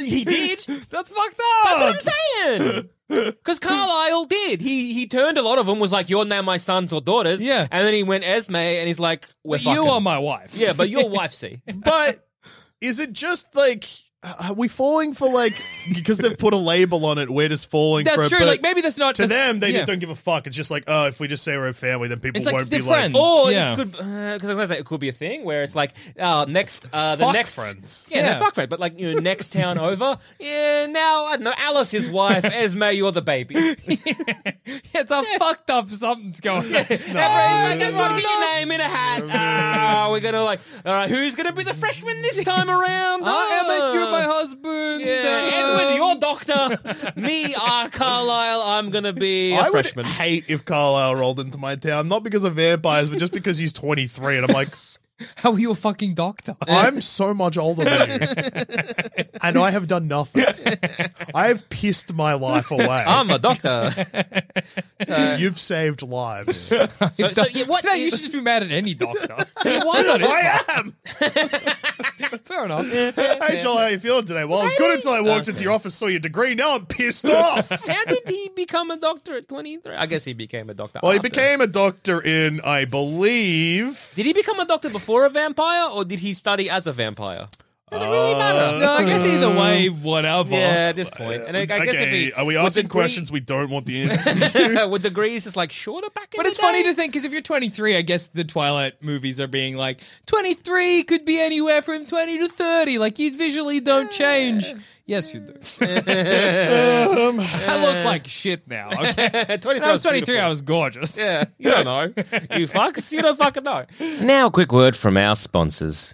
I- he did. that's fucked That's what up. I'm saying. <laughs> Because Carlisle did. He he turned a lot of them. Was like, "You're now my sons or daughters." Yeah. And then he went Esme, and he's like, "We're But you fucking." are my <laughs> wife. Yeah, but <laughs> your wife, see. <laughs> but is it just like uh, are we falling for like because they've put a label on it? We're just falling for <laughs> that's it. true. but Like maybe that's not to that's- them, they yeah. just don't give a fuck. It's just like, oh, if we just say we're a family, then people It's like won't they're be like, friends. Or Yeah. it could because I was gonna say it could be a thing where it's like uh, next uh, the Fuck next friends. Yeah, Yeah. they're fuck friends, but like you know, next town <laughs> over. Yeah, now I don't know. Alice is wife. Esme, you're the baby. It's a fucked up something's going <laughs> on. Everyone's like, just want to get your name in a hat. Ah, we're gonna like, all right, who's gonna be the freshman this <laughs> time around? I am Ah. a- you're my husband. Yeah, um, Edward, you're doctor. Me, R. Carlisle. I'm gonna be a I would freshman. hate if Carlisle rolled into my town, not because of vampires, but just because he's 23. And I'm like, How are you a fucking doctor? I'm so much older than you. <laughs> And I have done nothing. I have pissed my life away. I'm <laughs> a doctor. You've saved lives. so, so, yeah, what? <laughs> No, you should just be mad at any doctor. <laughs> why not? I am. Fair enough. Hey, Joel, how you feeling today? Well, it's good until I walked into your office, saw your degree. Now I'm pissed off. How did he become a doctor at 23? I guess he became a doctor. Well, he after. became a doctor in, I believe. Did he become a doctor before a vampire, or did he study as a vampire? Does it really matter? No, I uh, guess either Mm. way, whatever. Yeah, at this point. And I, I guess if okay, he, are we with asking the Greek- <laughs> questions we don't want the answers to? with the Grease, it's like shorter back in But the it's funny day? to think because if you're 23, I guess the Twilight movies are being like 23 could be anywhere from 20 to 30. Like you visually don't change. <laughs> Yes, you do. Um, Um, I look like shit now. <laughs> Okay, At 23, when I was 23. I was gorgeous. Yeah, you don't know. You fucks, you don't fucking know. Now, a quick word from our sponsors.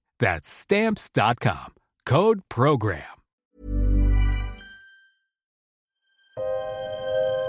That's stamps.com. Code program.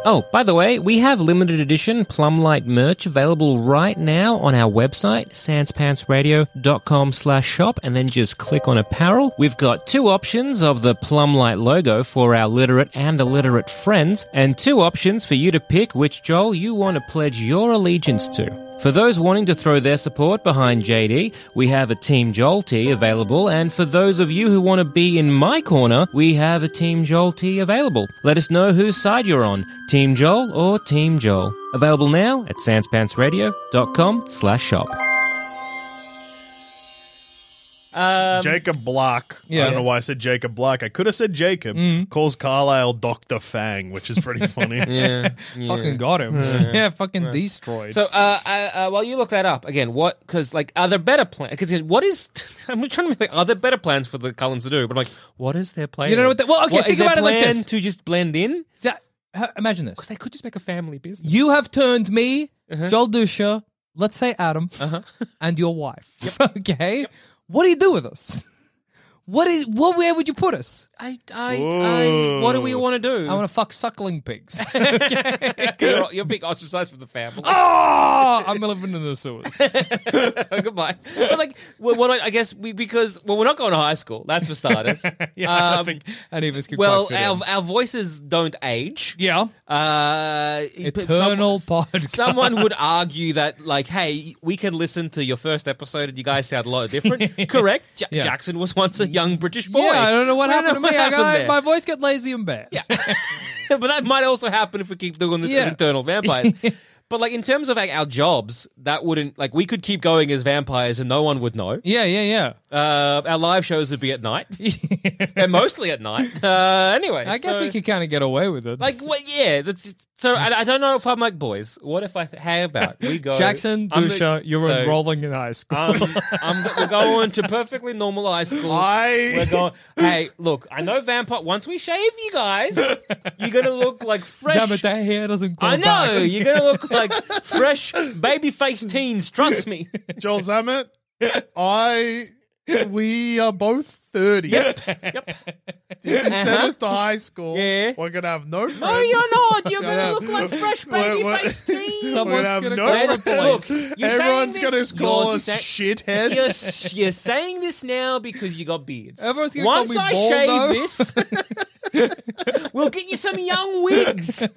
Oh, by the way, we have limited edition Plumlight merch available right now on our website, sanspantsradio.com slash shop, and then just click on apparel. We've got two options of the Plumlight logo for our literate and illiterate friends, and two options for you to pick which Joel you want to pledge your allegiance to. For those wanting to throw their support behind JD, we have a Team Joel tee available, and for those of you who want to be in my corner, we have a Team Joel tee available. Let us know whose side you're on, Team Joel or Team Joel. Available now at sanspantsradio.com slash shop. Um, Jacob Black. I don't know why I said Jacob Black. I could have said Jacob. Mm-hmm. Calls Carlisle Dr. Fang, which is pretty <laughs> funny. fucking got him. <laughs> Yeah, fucking destroyed. So, uh, uh, uh, while you look that up again, what? Because like, are there better plans? Because what is? <laughs> I'm trying to think. Are there better plans for the Cullens to do? But I'm like, what is their plan? You don't know what they- well, okay, What- is think their about it like plan this. To just blend in, So, ha- imagine this. they could just make a family business. You have turned me, Uh-huh. Joel Dusha, let's say Adam, <laughs> and your wife. <laughs> Okay, what do you do with us? What is what? Where would you put us? I, I, I Whoa. what do we want to do? <laughs> I want to fuck suckling pigs. you're, you're being ostracized from the family. <laughs> oh, I'm living in <laughs> the sewers. Oh, goodbye. But like, well, what I, I guess we because well, we're not going to high school. That's for starters. <laughs> yeah, I Um, think any of us could. well, quite fit our, in. our voices don't age. yeah, Uh, Eternal someone- podcast. Someone would argue that, like, hey, we can listen to your first episode and you guys sound a lot <laughs> different. Correct. Ja- Yeah. Jackson was once a young British boy. yeah. I don't know what We happened to what me. I got, there. my voice got lazy and bad. Yeah, <laughs> but that might also happen if we keep doing this <laughs> Yeah. as internal vampires. but like in terms of like our jobs, that wouldn't like we could keep going as vampires and no one would know. <laughs> yeah, yeah, Uh, our live shows would be at night, <laughs> yeah. and mostly at night. Uh, anyway, I guess so- we could kind of get away with it. Like what? Yeah. That's just- so. I, I don't know if I'm like boys. What if I? How about we go? Jackson I'm the- Dusha, you were so, enrolling in high <laughs> school. Um, I'm, we're going to perfectly normal high school. We're I. going. Hey, look! I know vampire. Once we shave you guys, you're gonna look <laughs> like Damn fresh. it, that hair doesn't. grow I know back. you're gonna look like fresh baby-faced teens. Trust me. Joel Zammett. I. We are both 30. <laughs> Yep. If you send us to high school, Uh-huh. Yeah. we're going to have no friends. <laughs> No, you're not. You're Yeah. gonna look like fresh Wait, what? <laughs> baby-faced teens. We're going Someone's to have gonna no call Let- friends. Look, you're saying Everyone's this- going to call you're us sa- shitheads. You're, you're saying this now because you got beards. Everyone's gonna Once call me I bald, shave though. this, <laughs> we'll get you some young <laughs> wigs.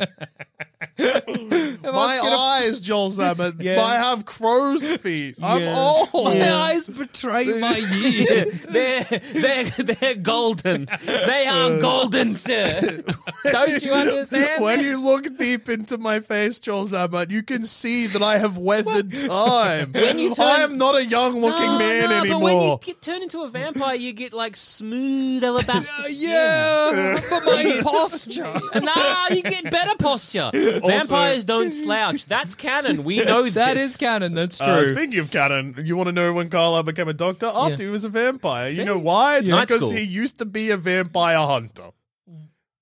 My eyes, Joel <laughs> Zammett, I have crow's feet. I'm Yeah. old. My Oh, eyes betray <laughs> my years. they're, they're, they're golden. They Uh. are golden, <laughs> sir. Don't you understand? When this? you look deep into my face, Joel Zammert, you can see that I have weathered time. I am not a young looking No, man no, But when you anymore. get, turn into a vampire, you get like smooth <laughs> alabaster skin. yeah, but <laughs> my posture. Nah, you get better posture. Vampires don't slouch. That's canon. We know <laughs> That this. is canon. That's true. Uh, speaking of canon, you want to know when Carlisle became a doctor? After he was a vampire. You know why? why it's Night because school. he used to be a vampire hunter.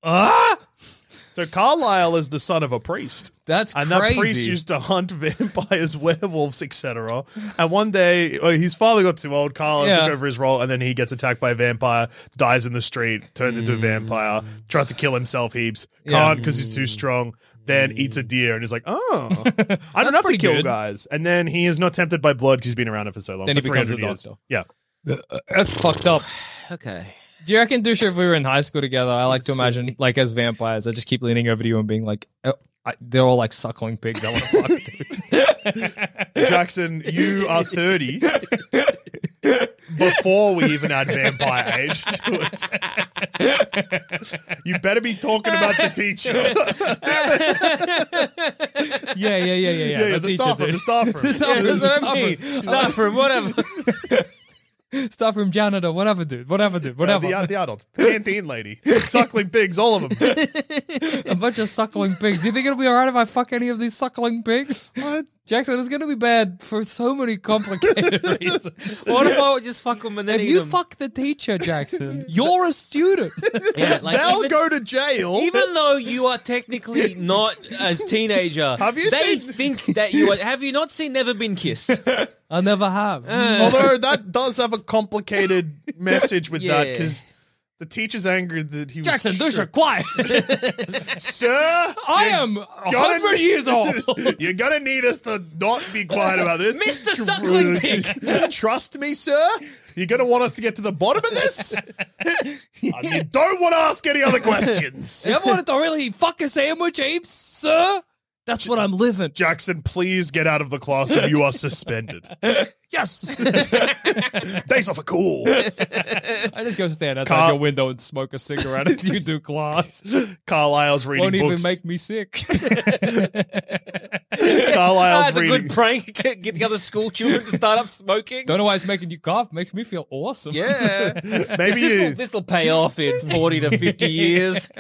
Ah, So Carlisle is the son of a priest. that's and crazy. that priest used to hunt <laughs> vampires, werewolves, etc. And one day, uh, his father got too old. Carlisle Yeah. took over his role, and then he gets attacked by a vampire, dies in the street, turned Mm. into a vampire, tries to kill himself heaps, can't because he's Mm. too strong. Then eats a deer and is like, <laughs> oh, I don't That's have to pretty kill good. guys. And then he is not tempted by blood because he's been around it for so long. Then for he becomes a 300 years. doctor. Yeah. that's fucked up. Okay. Do you reckon, Dusha, if we were in high school together, I like to imagine, like, as vampires, I just keep leaning over to you and being like, oh, I, they're all like suckling pigs. I <laughs> want to fuck. dude. Jackson, you are 30 before we even add vampire age to it. You better be talking about the teacher. yeah, yeah, yeah, yeah, yeah. yeah, yeah, the staff room, the staff room. Uh, <laughs> <laughs> That's what I mean. Stop Staff room, staff room. from whatever. Staff room janitor, whatever, dude. Whatever, dude. Uh, Whatever. the, the adults, canteen lady, suckling pigs, all of them. a bunch of suckling pigs. Do you think it'll be all right if I fuck any of these suckling pigs? Jackson, it's going to be bad for so many <laughs> complicated reasons. What if I would just fuck them and then If eat you them? fuck the <laughs> teacher, Jackson, you're a student. Yeah, like They'll even, go to jail. even though you are <laughs> technically not a teenager, Have you they seen- think that you are. Have you not seen Never Been <laughs> Kissed? I never have. Although that does have a complicated message with that Yeah. because the teacher's angry that he was Jackson, Dusha, shook. <laughs> quiet. sir. I you're am 100 <laughs> years old. You're gonna need us to not be quiet about this, Mr. Suckling Pig. <laughs> Trust me, sir. You're gonna want us to get to the bottom of <laughs> this. and you don't want to ask any other <laughs> questions. You ever wanted to really fuck a sandwich, Apes, sir? That's what I'm living. Jackson, please get out of the classroom. You are suspended. Yes. <laughs> Days off are cool. I just go stand outside Carl- your window and smoke a cigarette as you do class. Carlisle's <laughs> reading Won't even books. make me sick. <laughs> Carlisle's That's a reading. good prank. <laughs> Get the other school children to start up smoking. Don't know why it's making you cough. Makes me feel awesome. Yeah, <laughs> <laughs> Maybe you, this will pay off in forty to fifty years. <laughs>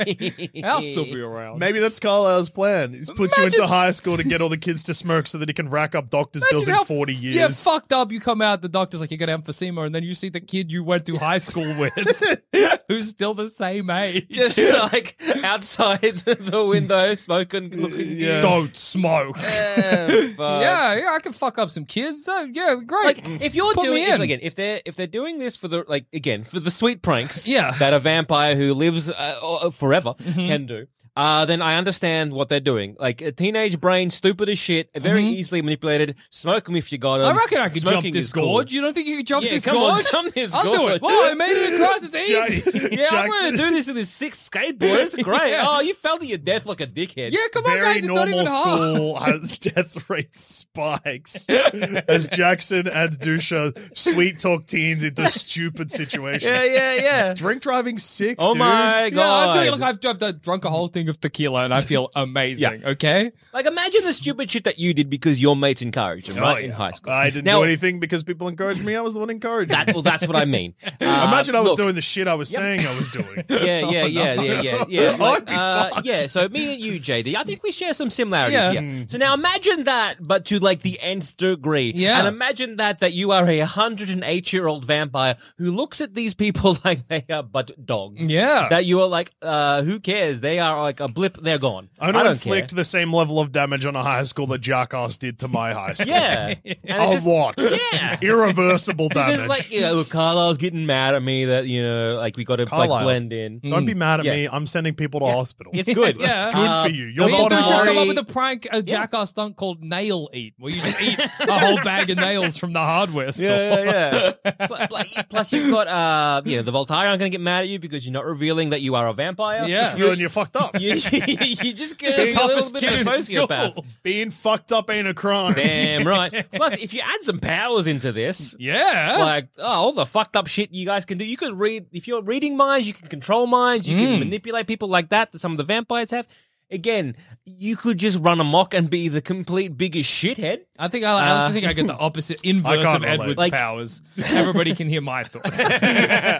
I'll <laughs> still be around. maybe that's Carlisle's plan. He puts you Imagine- into high school to get all the kids to smoke so that he can rack up doctor's bills in how forty years. Yeah, fucked up. You come out, the doctor's like, you got emphysema, and then you see the kid you went to <laughs> high school with, <laughs> who's still the same age. <laughs> Just like outside <laughs> the window, smoking, looking. Yeah. Don't smoke. Yeah, fuck. <laughs> yeah, yeah, I can fuck up some kids. Uh, yeah, great. Like if you're Put me doing if, in. again, if they're if they're doing this for the like again for the sweet pranks, Yeah. Mm-hmm. that a vampire who lives uh, uh, forever can do. Uh, then I understand what they're doing. Like a teenage brain, stupid as shit, very easily manipulated. Smoke them if you got 'em. Mm-hmm. I reckon I could jump Smoking this is cool. gorge. You don't think you could jump Yeah, this come on, gorge? jump this I'll do gorge. it. Whoa, I made it <laughs> across. It's Jack- easy. Yeah, I'm gonna Jackson- do this with this sick skateboard. It's <laughs> great. Yeah. Oh, you fell to your death like a dickhead. Yeah, come on, very guys. It's normal not even hard. school has death rate spikes as Jackson and Dusha sweet talk teens into stupid situations. <laughs> yeah, yeah. yeah. Drink driving sick. Oh dude. my No, I'm god! doing. Look, I've, I've done- drunk a whole thing of tequila and <laughs> I feel amazing. Okay, Like, imagine the stupid shit that you did because your mates encouraged you, right? In high school. I didn't Now- do anything because people encouraged me. I was the one encouraging. That, well, that's what I <laughs> mean. Uh, Imagine I was look, doing the shit I was saying I was <laughs> doing. Yeah, <laughs> yeah, yeah, yeah, yeah, yeah. I'd Like, be uh, fucked. yeah. So me and you, JD, I think we share some similarities Yeah. here. So now imagine that, but to like the nth degree. Yeah. And imagine that that you are a hundred and eight year old vampire who looks at these people <laughs> like they are but dogs. Yeah. That you are like, uh, who cares? They are like a blip. They're gone. I I don't, don't inflict the same level of damage on a high school that Jackass did to my high school. care. <laughs> Yeah. And it's a just- lot. Yeah. <laughs> Irreversible Because damage. like, you know, look, Carlisle's getting mad at me that you know, like we got to like Carlisle. Mm. blend in. Don't be mad at Yeah. me. I'm sending people to hospital. It's <laughs> <laughs> good. Yeah. Good Uh, for you. Your don't body worry. Well, we should come up with Sorry. a prank, a jackass stunt called Nail Eat, where you <laughs> just eat a whole bag of nails from the hardware store. Yeah, yeah, yeah. Pl- pl- Plus, you've got uh, yeah, the Voltairean aren't going to get mad at you because you're not revealing that you are a vampire. <laughs> Yeah. Just feeling you're fucked up. <laughs> you, <laughs> you just get the a little toughest bit of kid a in school. sociopath. Being fucked up ain't a crime. Damn <laughs> right. Plus, if you add some powers into this. Yeah. Like oh, all the fucked up shit you guys can do. You could read if you're reading minds, you can control minds, you Mm. can manipulate people like that that some of the vampires have. Again, you could just run amok and be the complete biggest shithead. I think I, uh, I think I get <laughs> the opposite inverse can't of relate. Edward's Like- powers. Everybody can hear my thoughts. <laughs>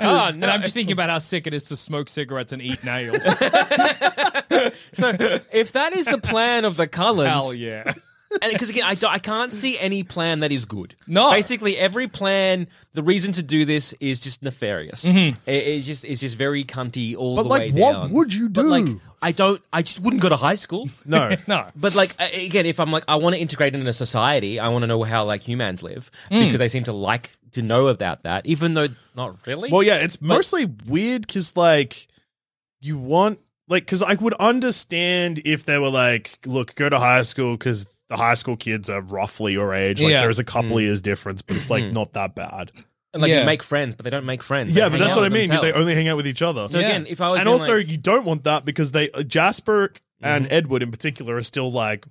Oh <laughs> And I'm just thinking about how sick it is to smoke cigarettes and eat <laughs> nails. <laughs> So if that is the plan of the Cullens, Hell yeah. and because again, I, don't- I can't see any plan that is good. No. basically every plan, the reason to do this is just nefarious. It, it's just it's just very cunty all But the like, way what down. would you But like, do? I don't. I just wouldn't go to high school. No, No. But like a- again, if I'm like, I want to integrate into society. I want to know how like humans live because they seem to like to know about that, even though not really. <laughs> Well, yeah, it's mostly weird because like you want like because I would understand if they were like, look, go to high school because the high school kids are roughly your age. Like Yeah. there is a Mm. couple years difference, but it's like not that bad. and like yeah. you make friends, but they don't make friends. Yeah, Mm. They but hang that's out what I with mean. themselves. They only hang out with each other. so again, if I was and being also <laughs> like- Mm-hmm. you don't want that because they uh, Jasper and Edward in particular are still like,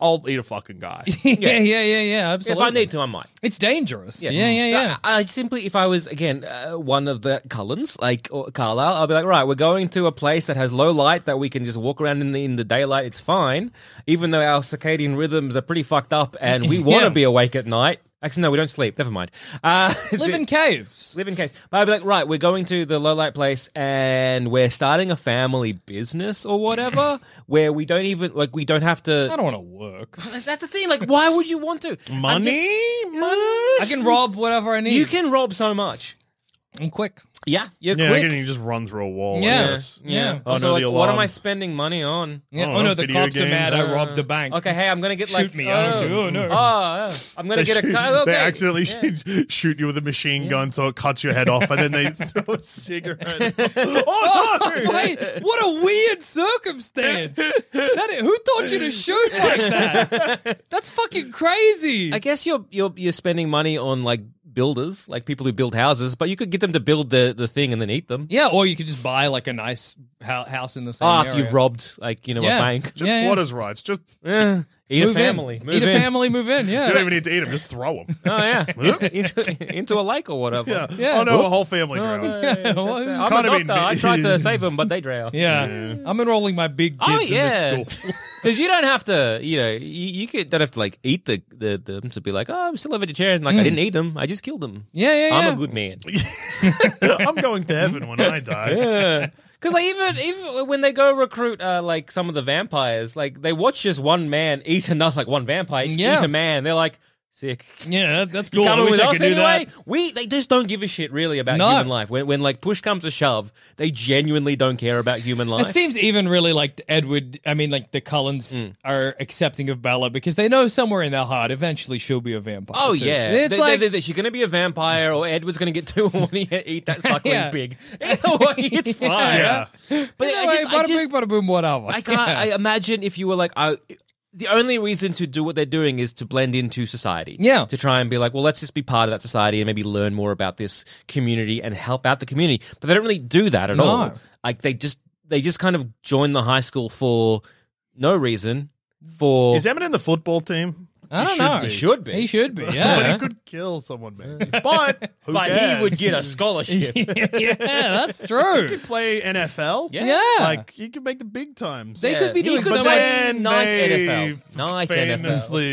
I'll eat a fucking <laughs> guy. yeah, yeah, yeah, yeah. if Absolutely. I need to, I might. it's dangerous. Yeah, yeah, yeah. So I, I simply, if I was again uh, one of the Cullens, like or Carlisle, I'll be like, right, we're going to a place that has low light that we can just walk around in the in the daylight. It's fine, even though our circadian rhythms are pretty fucked up, and <laughs> we want to be awake at night. Actually, no, we don't sleep. Never mind. Uh, <laughs> Live in caves. live in case. But I'd be like, right, we're going to the low light place and we're starting a family business or <laughs> whatever, where we don't even like we don't have to. I don't want to work. That's the thing. Like, why would you want to? Money, money. I <laughs> can rob whatever I need. You can rob so much. I'm quick. Yeah, you're Yeah, quick. again, you just run through a Oh, wall. I Yeah. guess. Yeah. Oh, also, no, like, the what am alarm. I spending money on? Yeah. Oh, Oh, no, the video cops are mad. games. I robbed a bank. Okay, hey, I'm gonna get like Shoot me, Oh, I don't do- oh, no. oh, I'm gonna They, get a shoot- car. Okay. <laughs> they accidentally shoot, <laughs> shoot you with a machine gun so it cuts your head off and then <laughs> they throw a cigarette. <laughs> oh, no! Wait, what a weird circumstance! That, who taught you to shoot like that? That's fucking crazy. I guess you're you're you're spending money on like builders, like people who build houses, but you could get them to build the the thing and then eat them. yeah, or you could just buy like a nice hou- house in the same Oh, after area. you've robbed, like you know, Yeah. a <laughs> bank. Just Yeah, yeah. squatters' rights. Just you Eh, <laughs> eat move a family. in. Move eat in. a family, move in. don't Yeah, even need to eat them. Just throw them. Oh yeah, <laughs> into, into a lake or whatever. Yeah. <laughs> Yeah. Oh no, a whole family drowned. <laughs> Well, <laughs> That's- I'm Can't a have been doctor. I me. tried to save them, but they drowned. yeah. I'm enrolling my big kids Oh in yeah, <laughs> this school. because you don't have to. You know, you, you could, don't have to like eat the, the them to be like, oh, I'm still a vegetarian. Like I didn't eat them. I just killed them. Mm. Yeah, yeah, I'm <laughs> yeah. a good man. I'm going to heaven when I die. Because like even even when they go recruit uh, like some of the vampires, like they watch just one man eat another, like one vampire eat Yeah. a man. They're like sick. Yeah, that's You cool. I coming wish with I us could do anyway? that. We they just don't give a shit really about No. human life. When when like push comes to shove, they genuinely don't care about human life. It seems even really like Edward. I mean, like the Cullens Hmm. are accepting of Bella because they know somewhere in their heart eventually she'll be a vampire. Oh too. yeah, it's They- they- like they- they- she's gonna be a vampire, or Edward's gonna get <laughs> too horny and eat that suckling <laughs> Yeah. pig. <laughs> Either way, <laughs> it's fine. Yeah. But I Anyway, just, I bada just- bing, bada boom, whatever. I can't. I imagine if you were like, I, the only reason to do what they're doing is to blend into society. Yeah. To try and be like, well, let's just be part of that society and maybe learn more about this community and help out the community. But they don't really do that at all. Like they just they just kind of join the high school for no reason. For Is Emmett in the football team? I don't should know. be- should be. He should be. <laughs> But Yeah. he could kill someone, man. But <laughs> who but cares? he would get a scholarship. yeah, that's true. play NFL. Yeah. Like he could make the big times. They could be He doing could so But play- much. then Night they NFL. Night famously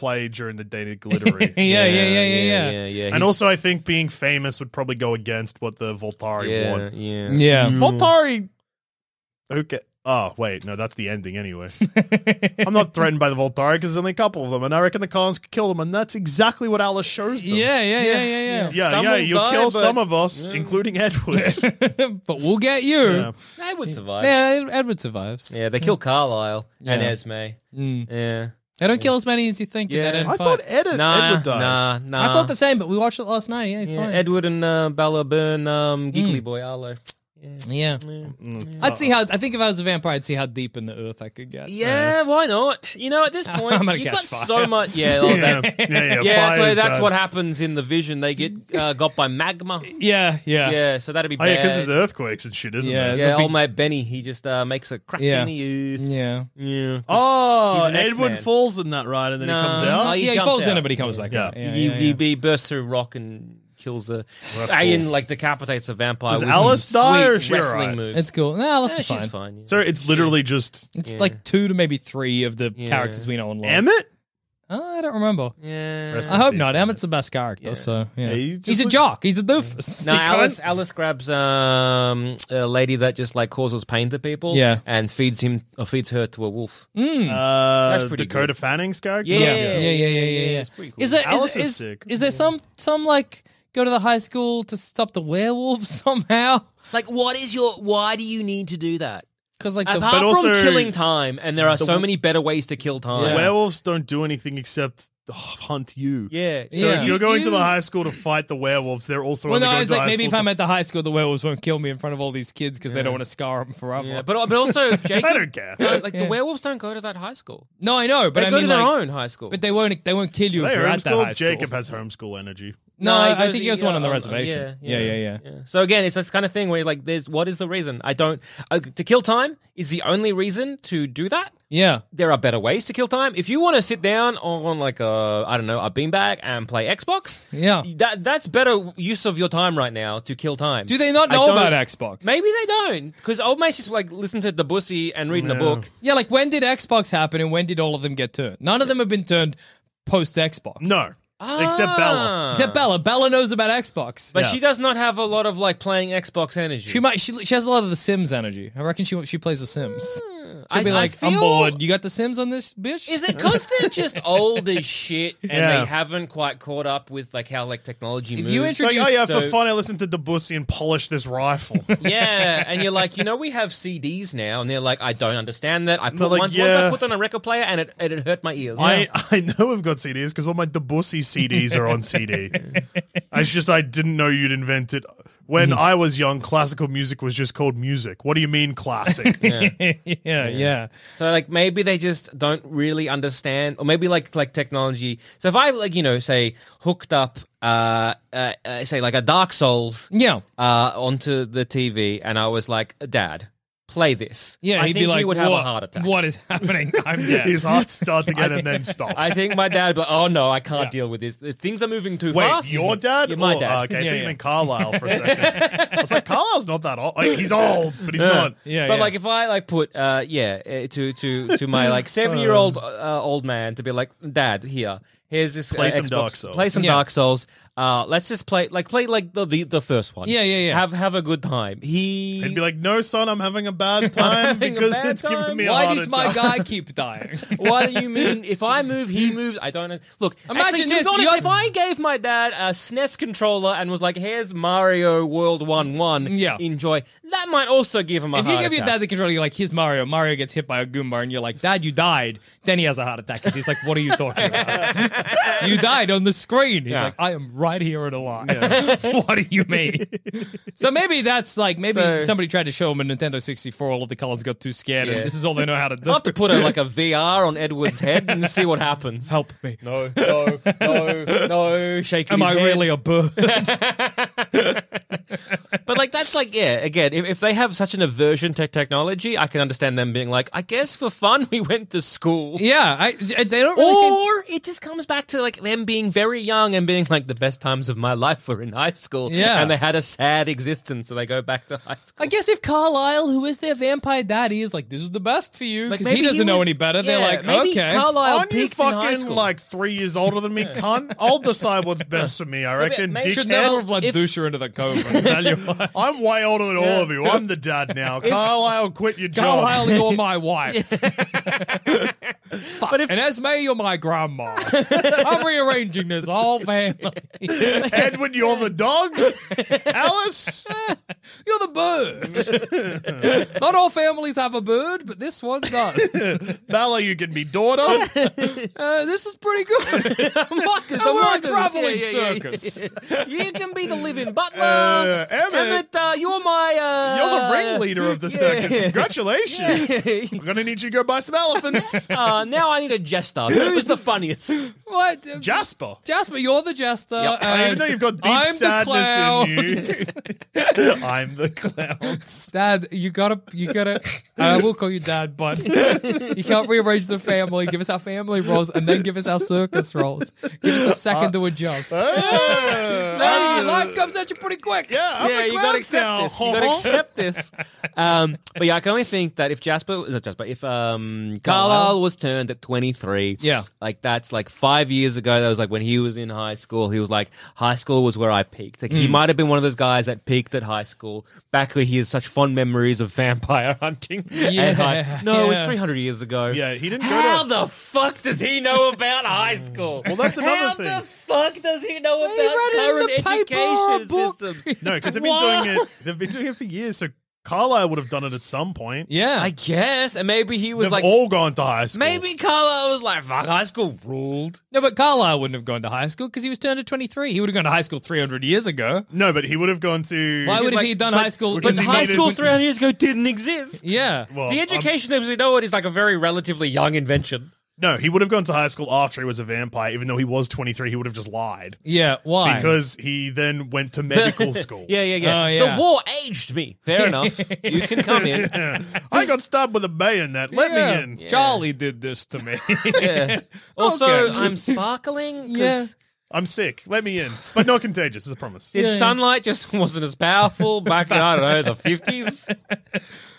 played during the Dana Glittery. Yeah, yeah, yeah, yeah, yeah. <laughs> yeah, Yeah. yeah. yeah. And also, I think being famous would probably go against what the Voltari yeah, Mm. want. yeah. Voltari. Okay. Oh wait, no, that's the ending anyway. Mm. <laughs> I'm not threatened by the Voltari because there's only a couple of them, and I reckon the Collins could kill them, and that's exactly what Alice shows them. Yeah, yeah, yeah, yeah, yeah, Some yeah. will You'll die, kill but- some of us, including <laughs> Edward. yeah. <laughs> but we'll get you. Yeah, Yeah. They would survive. Edward survives. Mm. Yeah, they kill Carlisle and Esme. Yeah. They don't kill as many as you think. in Yeah. that end I fight. thought Ed- Nah, Edward dies. nah, nah. I thought the same, but we watched it last night. Yeah, he's Yeah, fine. Edward and uh, Bella burn um, Giggly Boy Arlo. yeah. I'd see how. I think if I was a vampire, I'd see how deep in the earth I could get. Uh, Yeah, why not? You know, at <laughs> this point, I'm gonna you've catch got fire. so much. Yeah, oh, <laughs> yeah, that- yeah, yeah. yeah. That's, fires what, that's bad. what happens in the vision. They get uh, got by magma. Yeah, yeah, Yeah, so that'd be Oh bad. yeah, because there's earthquakes and shit, isn't Yeah, there? there's yeah, a old big- mate Benny, he just uh, makes a crack Yeah. in the earth. yeah. Yeah. Oh, He's an Edward X-Man. falls in that ride, and then he comes No. out. Oh, Yeah, he he, jumps falls in out. it, but he comes back. Yeah. out. Yeah, he, yeah, he, yeah. he bursts through rock and kills a that's alien, cool. like decapitates a vampire. Does with Alice some die sweet or is she wrestling alright? moves? It's cool. No, Alice Yeah, is she's fine. fine. yeah. Hmm. So it's literally just It's like two to maybe three of the characters we know and love. Uh, Emmett. I don't remember. Yeah. Rest I in hope peace, not. man. Emmett's the best character, so yeah. Yeah, he he's just a look- jock. <laughs> He's a doofus. No, He can't- Alice. Alice grabs um, a lady that just like causes pain to people. Yeah. Mm. and feeds him or feeds her to a wolf. Hmm. Uh, That's pretty Dakota Fanning's character. yeah, yeah, yeah, yeah, yeah. yeah. It's pretty cool. Is there Alice is, is is, sick. is there some some like go to the high school to stop the werewolves <laughs> somehow? like, what is your? Why do you need to do that? Because like the Apart from also- killing time, and there are so many better ways to kill time. Yeah. Werewolves don't do anything except hunt you. yeah. So Yeah. if you're going to the you- high school to fight the werewolves, they're also well, only no, going I was to the like, high maybe if school I'm at the high school, the werewolves won't kill me in front of all these kids because they don't want to scar them forever. Yeah, but but also Jake. to- <laughs> I don't <laughs> care. No, like Yeah. the werewolves don't go to that high school. no, I know, but they I go mean, to their like, own high school. But they won't. They won't kill you They if you're at that high homeschooled. school. Jacob has homeschool energy. no, he I, I goes- think he has one on the uh, reservation. Yeah, yeah, yeah, yeah. So again, it's this kind of thing where like, there's what is the reason? I don't uh, to kill time is the only reason to do that. Yeah. There are better ways to kill time. If you want to sit down on like a I don't know a beanbag and play Xbox, Yeah. that that's better use of your time right now to kill time. Do they not I know don't- about Xbox? Maybe they don't because old mates just like listen to the bussy and reading a book. Yeah, like when did Xbox happen and when did all of them get turned? None of them have been turned post Xbox. No, Ah. except Bella. Except Bella. Bella knows about Xbox. But she does not have a lot of like playing Xbox energy. She might. She, she has a lot of the Sims energy. I reckon she she plays the Sims. She'll I- be I like, I'm feel- bored. You got the Sims on this bitch? Is it because they're <laughs> just old as shit and Yeah. they haven't quite caught up with like how like technology If moves? you It's like, introduce, oh yeah, for So- fun, I listened to Debussy and polished this <laughs> rifle. yeah, and you're like, you know, we have CDs now, and they're like, I don't understand that. I put They're like, once, once I yeah. put on a record player, and it and it hurt my ears. I, <laughs> I know we've got CDs because all my Debussy CDs are on <laughs> CD. It's just I didn't know you'd invent it. When Mm. I was young, classical music was just called music. What do you mean <laughs> classic? yeah, yeah. So like maybe they just don't really understand, or maybe like like technology. So if I like you know say hooked up, uh, uh, uh say like a Dark Souls, Yeah. uh, onto the TV, and I was like, Dad, play this. Yeah, I he'd think be like, he would have what, a heart attack. What is happening? I'm dead. His heart starts again and then stops. <laughs> I think my dad, but oh no, I can't deal with this. The things are moving too Wait, fast. your dad? Yeah, my Oh, dad. Okay, I Yeah, think yeah. you meant Carlisle <laughs> for a second. I was like, Carlisle's not that old. Like, he's old, but he's not. Yeah, but yeah. like if I like put uh yeah uh, to to to my <laughs> like seven year old uh, old man to be like dad here here's this Play uh, some Xbox, Dark Souls." play some Yeah. Dark Souls uh let's just play like play like the the, the first one Yeah, yeah, yeah. have have a good time he He'd be like, no, son, I'm having a bad time having a because bad it's time. giving me a Why heart does my attack. guy keep dying? what do you mean? If I move, he moves. I don't know. Look, Mm. Imagine actually, to this, be honest, you're- if I gave my dad a SNES controller and was like, "Here's Mario World One One, Yeah. enjoy," that might also give him a. If you heart give your attack. dad the controller, you're like, here's Mario. Mario gets hit by a Goomba, and you're like, Dad, you died. Then he has a heart attack because he's like, What are you talking about? <laughs> you died on the screen. He's like, I am right here and alive. <laughs> what do you mean? <laughs> so maybe that's like, maybe So- somebody tried to show him a Nintendo 64. All of the colors got too scared, Yeah. and this is all they know how <laughs> to do. I'll have to put a, like a VR on Edward's head and see what happens. Help me. No, no, no, no, shaking Am his I head. really <laughs> a bird? But like that's like yeah. Again, if, if they have such an aversion to technology, I can understand them being like, I guess for fun <laughs> we went to school. yeah, I, I- they don't really seem. Or it just comes back to like them being very young and being like the best times of my life were in high school. Yeah. And they had a sad existence, so they go back to high school. I guess if Carlisle, who is their vampire daddy, is like, this is the best for you Like, because maybe he doesn't know was- any better, yeah, they're like, maybe okay. Carlisle Aren't you peaked in high fucking school. like three years older than me, <laughs> cunt? I'll decide what's best for me, I reckon. maybe- dickhead. should never have let If- Dusha into the <laughs> cove. I <laughs> tell you what. I'm way older than all of you. I'm the dad <laughs> now. Carlisle, quit your job. Carlisle, you're <laughs> my wife. But if- and Esme, you're my grandma. <laughs> I'm rearranging this whole family. Edward, you're the <laughs> dog. Alice, You're the <laughs> bird. Not all families have a bird, but this one <laughs> does. Bella, you can be daughter. Uh, this is pretty <laughs> good. <laughs> Marcus, And we're a Marcus. traveling Yeah, yeah, yeah, circus. yeah. <laughs> You can be the living butler. Uh, Emmett. Emmett, uh, you're my. You're Uh, the ringleader of the circus. <laughs> Congratulations. ringleader. We're gonna need you to go buy some <laughs> elephants. uh, now I need a jester. Who's the funniest? What? Jasper. Jasper, you're the jester. and Even though you've got deep I'm sadness the clown. in you, <laughs> I'm the <laughs> clowns. Dad, you gotta, you gotta. uh, I will call you Dad, but you can't rearrange the family. Give us our family roles, and then give us our circus roles. Give us a second to adjust. Ah, Hey, I'm the- life comes at you pretty quick. yeah, I'm yeah, the you gotta clowns accept now. Uh-huh. this. You gotta accept this. Um, but yeah, I can only think that if Jasper, not Jasper, if um, Carlisle was turned at 23. Yeah. Like that's like five years ago. That was like when he was in high school. He was like, high school was where I peaked. Like he might have been one of those guys that peaked at high school back where he has such fond memories of vampire <laughs> hunting. Yeah, and high- no, it was yeah. 300 years ago. Yeah, he didn't go How to- the fuck does he know about high school? Well, that's another How thing. the fuck does he know about read current it in the paper or education book. <laughs> systems? No, because they've been Whoa. doing it. They've been doing it for years. So Carlisle would have done it at some point. Yeah. I guess, and maybe he was They've like, all gone to high school. maybe Carla was like, fuck, high school ruled. no, but Carlisle wouldn't have gone to high school because he was turned at 23. He would have gone to high school 300 years ago. No, but he would have gone to. Why Which would is have like- he done but- high school? because But he high needed- school 300 years ago didn't <laughs> exist. yeah. Well, the I'm- education that we know it is like a very relatively young invention. no, he would have gone to high school after he was a vampire. Even though he was 23, he would have just lied yeah. Why? because he then went to <laughs> medical school. Yeah, yeah, yeah. Oh, yeah. The war aged me. <laughs> Fair enough. You can come in. <laughs> I got stabbed with a bayonet. Let me in. Charlie did this to me. <laughs> Yeah. Also, Okay. I'm sparkling. 'cause Yeah. <laughs> I'm sick. Let me in, but not contagious. It's a promise. Did yeah. sunlight just <laughs> wasn't as powerful back in, I don't know, the <laughs> 50s?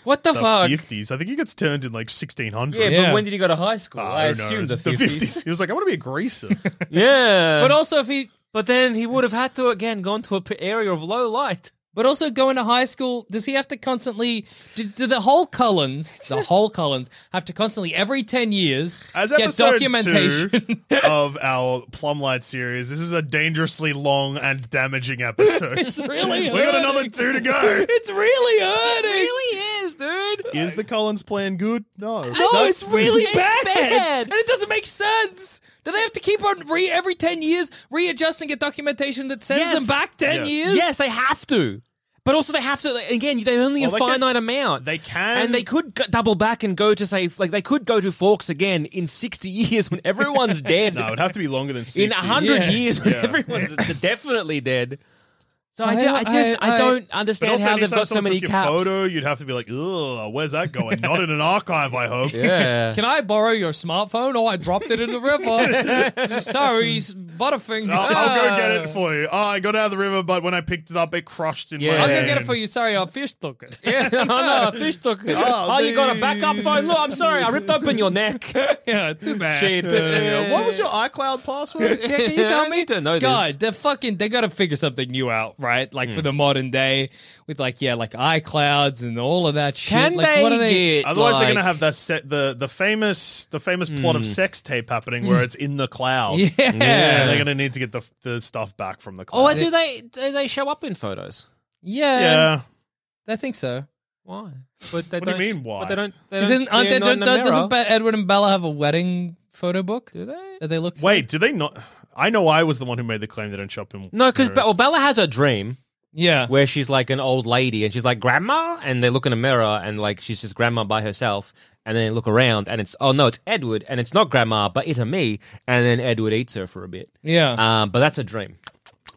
What the, The fuck? 50s. I think he gets turned in like 1600. Yeah, Yeah. but when did he go to high school? I, Who assume knows? <laughs> the 50s. He was like, I want to be a <laughs> greaser. Yeah. but also, if he. But then he would have had to again gone to an area of low light. But also going to high school, does he have to constantly? Do, do the whole Cullens, <laughs> the whole Cullens, have to constantly every ten years As get episode <laughs> documentation? <laughs> two of our Plumlight series, this is a dangerously long and damaging episode. we really got hurting. <laughs> another two to go. It's really hurting. is, dude. Is the Collins plan good? No. No, That's- it's really It's bad. bad. and it doesn't make sense. Do they have to keep on re every ten years readjusting a documentation that sends Yes. them back ten Yes. years? Yes, they have to. But also, they have to. like, Again, they only Well, a they can- finite amount. They can. and they could go- double back and go to say, like, they could go to Forks again in sixty years when <laughs> everyone's dead. No, it would have to be longer than 60. in hundred Yeah. years when Yeah. everyone's definitely dead. So I, I ju- don't- I just, I, I- I- don't But understand also, how they've anytime got so someone many took your caps. photo, you'd have to be like, ugh, where's that going? Not in an archive, I hope. Yeah. <laughs> Can I borrow your smartphone? Oh, I dropped it in the <laughs> river. <laughs> Sorry, s- <laughs> Butterfinger. I'll, I'll go get it for you. Oh, I got out of the river, but when I picked it up, it crushed in my Yeah. I'll hand. go get it for you. Sorry, I fish took it. <laughs> Yeah, I know. Oh, Fish took it. Oh, Oh, you got a the- backup phone? Look, I'm sorry, I ripped open <laughs> your neck. Yeah, too bad. Shit. Yeah, What was your iCloud password? Yeah, can you tell <laughs> I me? need to know this. Hmm. God, they're fucking. They got to figure something new out, right? Like for the modern day, with like yeah, like iClouds and all of that shit. Can like, they, what are they? get? Otherwise, like, they're going to have that set the the famous the famous plot of sex tape happening where it's in the cloud. Hmm. <laughs> Yeah. And yeah, Oh, they're going to need to get the the stuff back from the cloud. Or do they? Do they show up in photos? yeah. I think so. Why? But they What do you don't, mean, why? But they don't. They Because don't, isn't aren't they're they, not in don't, the don't, doesn't mirror. Be- Edward and Bella have a wedding photo book do they? that they look? through? Wait, do they not? I know I was the one who made the claim they don't shop in. No, because mirrors. well, Bella has her dream yeah, where she's like an old lady and she's like grandma, and they look in a mirror and like she's just grandma by herself, and then they look around and it's oh no, it's Edward, and it's not grandma, but it's a me, and then Edward eats her for a bit. yeah. Um, but that's a dream.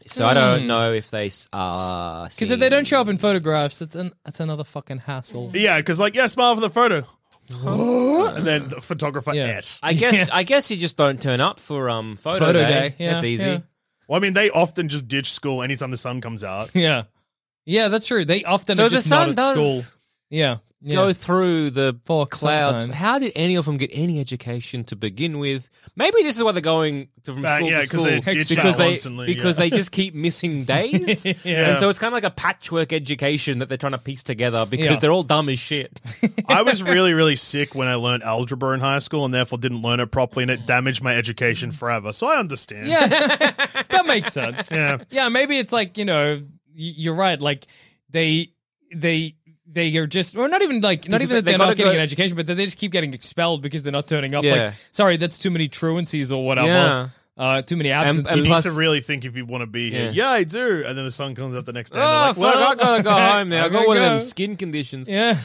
So I don't know if they s- uh, are Because Hmm. if they don't show up in photographs, that's an that's another fucking hassle. yeah, because like yeah, smile for the photo, and then the photographer <laughs> Yeah. et. I guess I guess you just don't turn up for um photo, Photo day. day, yeah, That's easy. yeah. Well, I mean, they often just ditch school anytime the sun comes out. Yeah, yeah, that's true. They often So are the just not sun at does school. Yeah, <laughs> yeah. go through the Poor clouds. sometimes. How did any of them get any education to begin with? Maybe this is why they're going to, from Uh, school yeah, 'cause to school they ditch because out they constantly, because yeah. they just <laughs> keep missing days, and so it's kind of like a patchwork education that they're trying to piece together because Yeah. Oh, they're all dumb as <laughs> shit. I was really, really sick when I learned algebra in high school, and therefore didn't learn it properly, and it damaged my education forever. So I understand. Yeah, <laughs> that makes sense. Yeah. yeah, maybe it's like you know, y- you're right. Like they, they, they are just, or not even like, not Because even that they- they're they not gotta getting go- an education, but that they just keep getting expelled because they're not turning up. Yeah. Like, sorry, that's too many truancies or whatever. Yeah. Uh, too many and absences. You plus- need to really think if you want to be here. Yeah, I do. And then the sun comes up the next day. Ah, oh and they're like, fuck! I gotta go home now. I got I'm gonna one of them go. skin conditions. <laughs> <laughs> yeah,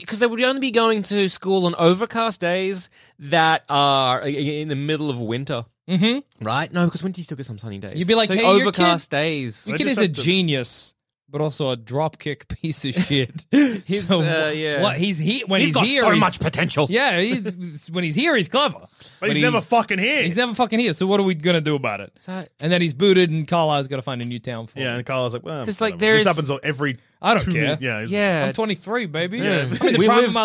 because they would only be going to school on overcast days that are i- in the middle of winter. Mm-hmm. Right? No, because winter you still get some sunny days. You'd be like, So hey, your overcast days. your I kid just is a have to- genius. but also a dropkick <laughs> piece of shit. <laughs> He's, So, uh, yeah. what- he's he when he's, here, he's, potential. <laughs> Yeah, he's, when he's here, he's clever. But he's he- never fucking here. He's never fucking here. So what are we gonna do about it? and then he's booted, and Carlisle's got to find a new town for. him. yeah, and Carla's like, well, Just like whatever. there this is- happens on every. I don't two care. minute- Yeah, he's- Yeah. I'm 23, baby. Yeah. I'm in the We prime live- of my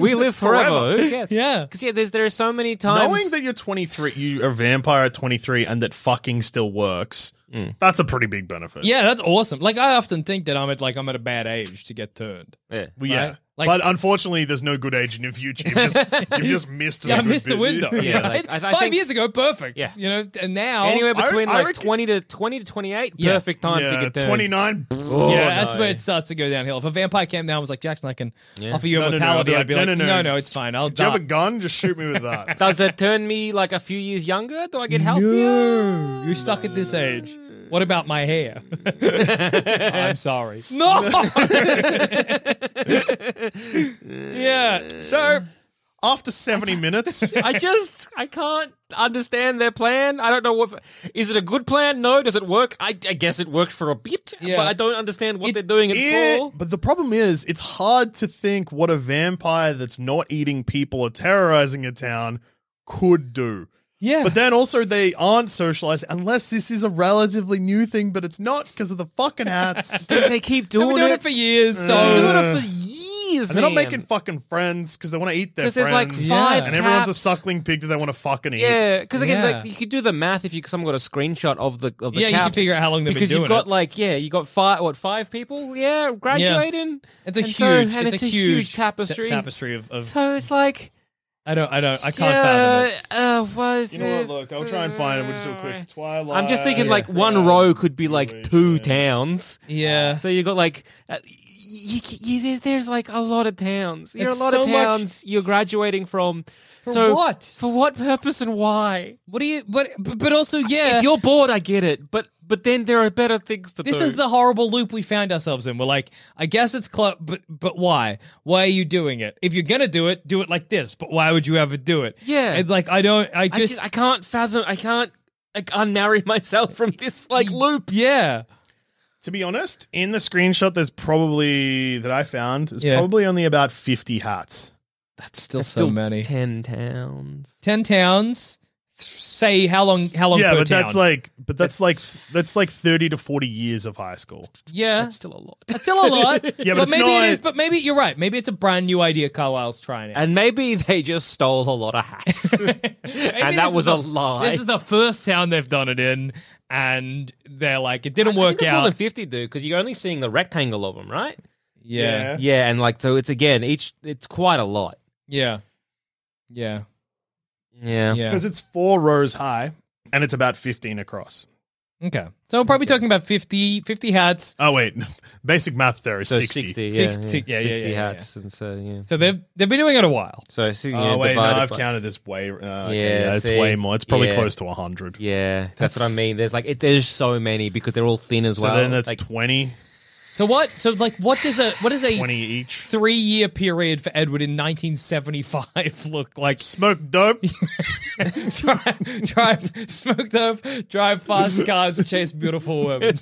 <laughs> <laughs> we live forever. <laughs> yeah. yeah. Because yeah, there's there are so many times. Knowing that you're 23, you are a vampire at 23, and that fucking still works. That's a pretty big benefit. Yeah, that's awesome. Like I often think that I'm at like I'm at a bad age to get turned. yeah. Well, yeah. Right? Like- but unfortunately, there's no good age in the future. You've <laughs> just, you've just missed. Yeah, I the good missed the bit. window. <laughs> Yeah, right? like, I- I Five think- years ago, perfect. Yeah. You know, and now Anywhere I- between I like reckon- twenty to twenty to twenty eight, Yeah. perfect time to yeah, get turned. 29. Oh, yeah, that's where it starts to go downhill. If a vampire came down and was like, Jackson, I can offer you No, no, no, immortality, I'd be I'd be like, like, no, no, no. it's fine. I'll Do you die. have a gun? Just shoot me with <laughs> that. Does it turn me like a few years younger? Do I get healthier? No, you're stuck at this age. What about <laughs> my hair? <laughs> I'm sorry. No. <laughs> yeah. so, after 70 <laughs> minutes, <laughs> I just I can't understand their plan. I don't know what is it a good plan? No, does it work? I, I guess it worked for a bit, Yeah. but I don't understand what they're doing it it- for. but the problem is, it's hard to think what a vampire that's not eating people or terrorizing a town could do. Yeah. But then also they aren't socialized unless this is a relatively new thing, but it's not because of the fucking <laughs> hats. and They keep They've doing, been doing it. it Uh, for years. So They're doing it for years. they're not man. making fucking friends because they want to eat their 'Cause friends. there's like Yeah. five and everyone's a caps. suckling pig that they want to fucking eat. Yeah, because again, Yeah. like, you could do the math if you someone got a screenshot of the of the Yeah, you can caps, figure out how long they've been because doing you've got it. like yeah, you got five what five people yeah graduating. It's a And huge, so- and it's, a huge, tapestry. ta- tapestry of, of So it's like I don't, I don't, I can't yeah, fathom it. uh, what is You know it? what? Look, I'll try and find it. We'll just do a quick Twilight. I'm just thinking like one row could be like two towns. uh, Yeah, So you got like uh, you, you, there- there's like a lot of towns. You're It's a lot so of much- towns you're graduating from. For so what? For what purpose and why? What do you? But but but also, yeah. If you're bored, I get it. But but then there are better things to this do. is the horrible loop we found ourselves in. We're like, I guess it's club, but but why? Why are you doing it? If you're gonna do it, do it like this. But why would you ever do it? Yeah. and like I don't. I I just. just I can't fathom. I can't like unmarry <laughs> myself from this like loop. yeah. To be honest, in the screenshot, there's probably that I found. There's Yeah. probably only about 50 hats. That's still so Still many. Ten, ten towns. towns. Say how long? How long? yeah, per but that's town. like, but that's, like, that's like 30 to 40 years of high school. yeah. That's still a lot. That's still a lot. Yeah, but it's maybe not- it is. But maybe you're right. Maybe it's a brand new idea. Carlisle's <laughs> trying <laughs> it. And maybe they just stole a lot of <laughs> hats. Maybe that this was is a the- lie. This is the first town they've done it in, and they're like, it I didn't think work that's more than out. fifty, dude, because you're only seeing the rectangle of them, right? yeah, Yeah, and like so, it's again, each it's quite a lot. yeah, yeah, Yeah, yeah. Because it's four rows high and it's about 15 across. Okay, so we're probably talking about 50, 50 hats. Oh, wait. <laughs> Basic math there is so 60. yeah, Six- yeah. six- yeah, yeah, 60 yeah, yeah, hats, and so yeah, So they've they've been doing it a while. so, Oh, so yeah, wait, no, divided I've by- counted this way. Uh, okay, Yeah, yeah, it's see? way more. It's probably Yeah. close to 100. Yeah, that's, what I mean. There's like it, there's so many because they're all thin as So well. then that's like, 20, So what? So like, what does a what does a 20 each. three year period for Edward in nineteen seventy five <laughs> look like? Smoke <laughs> dope. drive, drive, smoke dope, drive fast cars, chase beautiful women.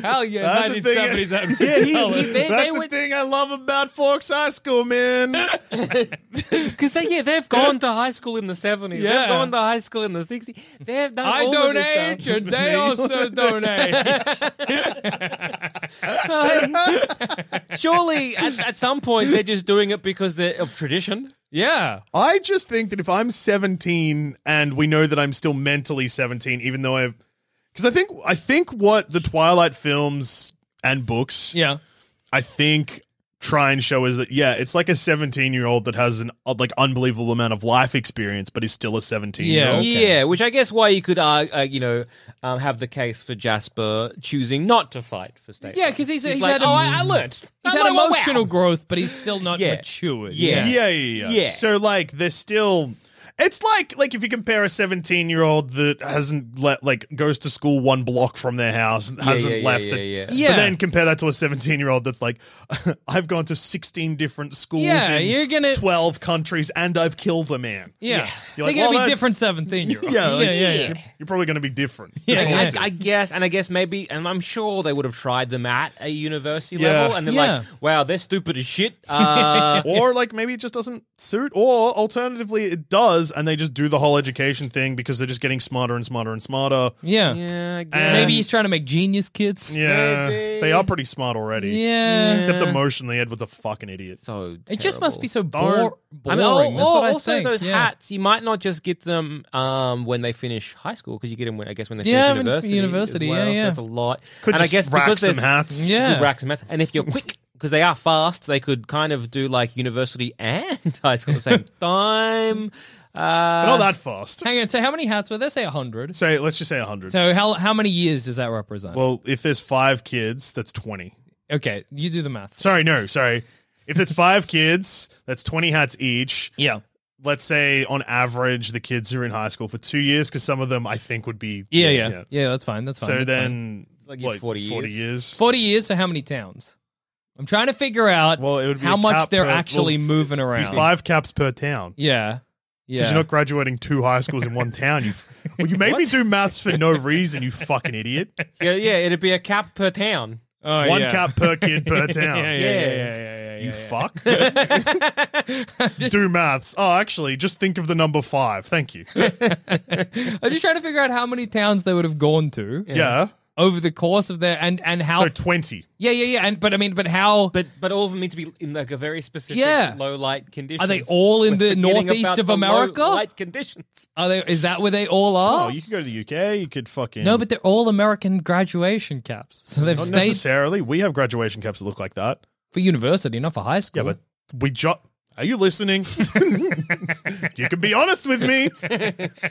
Hell yeah, That's the nineteen thing. <laughs> seventies. Yeah, he- he- they- That's the went- thing I love about Forks High School, <laughs> man. Because they, yeah, they've gone to high school in the seventies. Yeah. They've gone to high school in the sixties. They've done. I all of don't this stuff. age, and they also don't age. <laughs> Surely, at, at some point, they're just doing it because they're of tradition. Yeah. I just think that if I'm 17 and we know that I'm still mentally 17, even though I've, because I think I think what the Twilight films and books, Yeah. I think try and show is that yeah, it's like a 17 year old that has an uh, like unbelievable amount of life experience, but is still a 17 year Yeah. old. Okay. Yeah, which I guess why you could, uh, uh, you know, um, have the case for Jasper choosing not to fight for state. Yeah, because he's, he's, like, had oh, em- I, I learned. he's I had learned, wow, wow." emotional growth, but he's still not Yeah. mature. Yeah. Yeah, yeah, yeah. Yeah. So like, they're still. It's like like if you compare a 17 year old that hasn't let like goes to school one block from their house and hasn't yeah, yeah, left yeah, it. yeah. Yeah. But then compare that to a 17 year old that's like, <laughs> I've gone to 16 different schools Yeah, in you're gonna- 12 countries and I've killed a man. Yeah. You're They're like, going well, to be that's- different 17 year <laughs> olds. Yeah, like, yeah, yeah, yeah. You're, you're probably going to be different. <laughs> Yeah, That's all I, it is. I guess, and I guess maybe, and I'm sure they would have tried them at a university Yeah. level, and they're Yeah. like, "Wow, they're stupid <laughs> as shit." Uh, or like maybe it just doesn't suit or alternatively it does and they just do the whole education thing because they're just getting smarter and smarter and smarter Yeah. yeah, I guess. And- Maybe he's trying to make genius kids. yeah Maybe. they are pretty smart already Yeah. except emotionally edward's a fucking idiot so It just must be so Darn. oh, bor- I boring. mean, or, That's what or I also think. those yeah. hats. You might not just get them um, when they finish high school because you get them, when, I guess, when they Yeah, finish when- university. university, as well, yeah, yeah. So that's a lot. could and just I guess rack because some there's- hats Yeah. Good racks and mats. And if you're quick, because they are fast, they could kind of do like university and <laughs> high school at the same time. but Uh, not that fast Hang on. So how many hats were there? Say 100. say let's just say 100 So how how many years does that represent? well if there's five kids that's 20 okay, you do the math. sorry no sorry if it's five kids that's 20 hats each Yeah. let's say on average the kids who are in high school for two years because some of them i think would be Yeah, yeah. Yeah, that's fine. That's fine. so that's fine. then Like your 40 years. years 40 years, so how many towns? I'm trying to figure out Well, it would be how a much cap they're per- actually well, f- moving Be around. five caps per town. Yeah. Yeah. Because you're not graduating two high schools in one town. You, f- well, you made me do maths for no reason. You fucking idiot. yeah, yeah, it'd be a cap per town. Oh, One yeah. cap per kid <laughs> per town. <laughs> Yeah, yeah, yeah, yeah, yeah, You yeah. <laughs> fuck. do maths. Oh, actually, just think of the number five. Thank you. Yeah. <laughs> I'm just trying to figure out how many towns they would have gone to over the course of their and and how So twenty. yeah yeah yeah and but I mean but how But but all of them need to be in like a very specific Yeah. low light conditions. Are they all in the Forgetting northeast about of the low America? light conditions. are they is that where they all are? Oh, you could go to the UK. You could fucking. no, but they're all American graduation caps, so they've not stayed necessarily. We have graduation caps that look like that. for university, not for high school. Yeah, but we just. Are you listening? <laughs> you can be honest with me.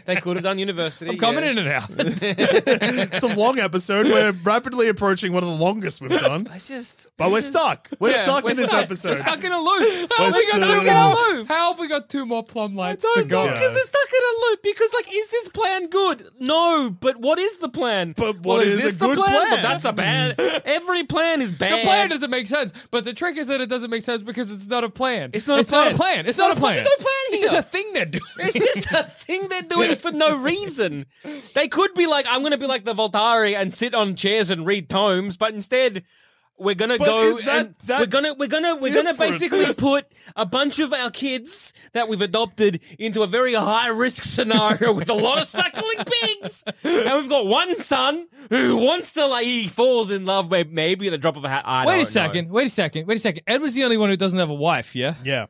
They could have done university. I'm coming yeah. in <laughs> and out. It's a long episode. We're rapidly approaching one of the longest we've <laughs> done. It's just But we're stuck. We're Yeah, stuck we're in this stuck. We're episide. stuck in a <laughs> loop. How We're have we got stuck two in a more- loop. How have we got two more plum lights to Don't go? know because it's stuck in a loop. Because like, is this plan good? No, but what is the plan? But Well, what is this a the good plan? Well, that's <laughs> the bad. Every plan is bad. The plan doesn't make sense, but the trick is that it doesn't make sense because it's not a plan. It's not a plan. It's, not, a plan. There's no plan It's here. just a thing they're doing. <laughs> It's just a thing they're doing for no reason. They could be like, I'm going to be like the Voltari and sit on chairs and read tomes, but instead. We're gonna But go. is that- and that we're gonna. We're gonna. We're gonna different? basically put a bunch of our kids that we've adopted into a very high risk scenario with a lot of suckling pigs, and we've got one son who wants to. Like he falls in love, may- maybe at the drop of a hat. I Wait don't a second. Know. Wait a second. Wait a second. Edward's the only one who doesn't have a wife, yeah? Yeah.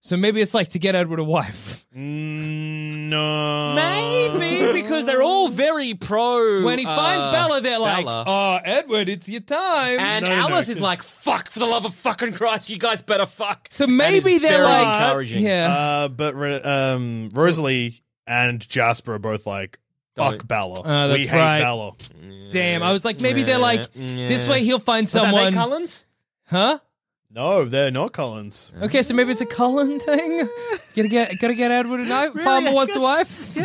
So maybe it's like to get Edward a wife. Mm, no. Uh, Maybe because they're all very pro. When he finds uh, Bella, they're like, Bella. oh, Edward, it's your time. <laughs> And No, no, Alice no. is like, fuck, for the love of fucking Christ, you guys better fuck. so That maybe is they're very like, encouraging. yeah. Uh, but re- um, Rosalie and Jasper are both like, Don't- fuck Bella. Oh, that's we hate right. Bella. Damn. I was like, maybe they're like, this way he'll find Someone. someone. Huh? No, they're not Collins. Okay, so maybe it's a <laughs> Cullen thing. Gotta get, gotta get Edward a knife. Farmer I wants a guess- <laughs> wife. I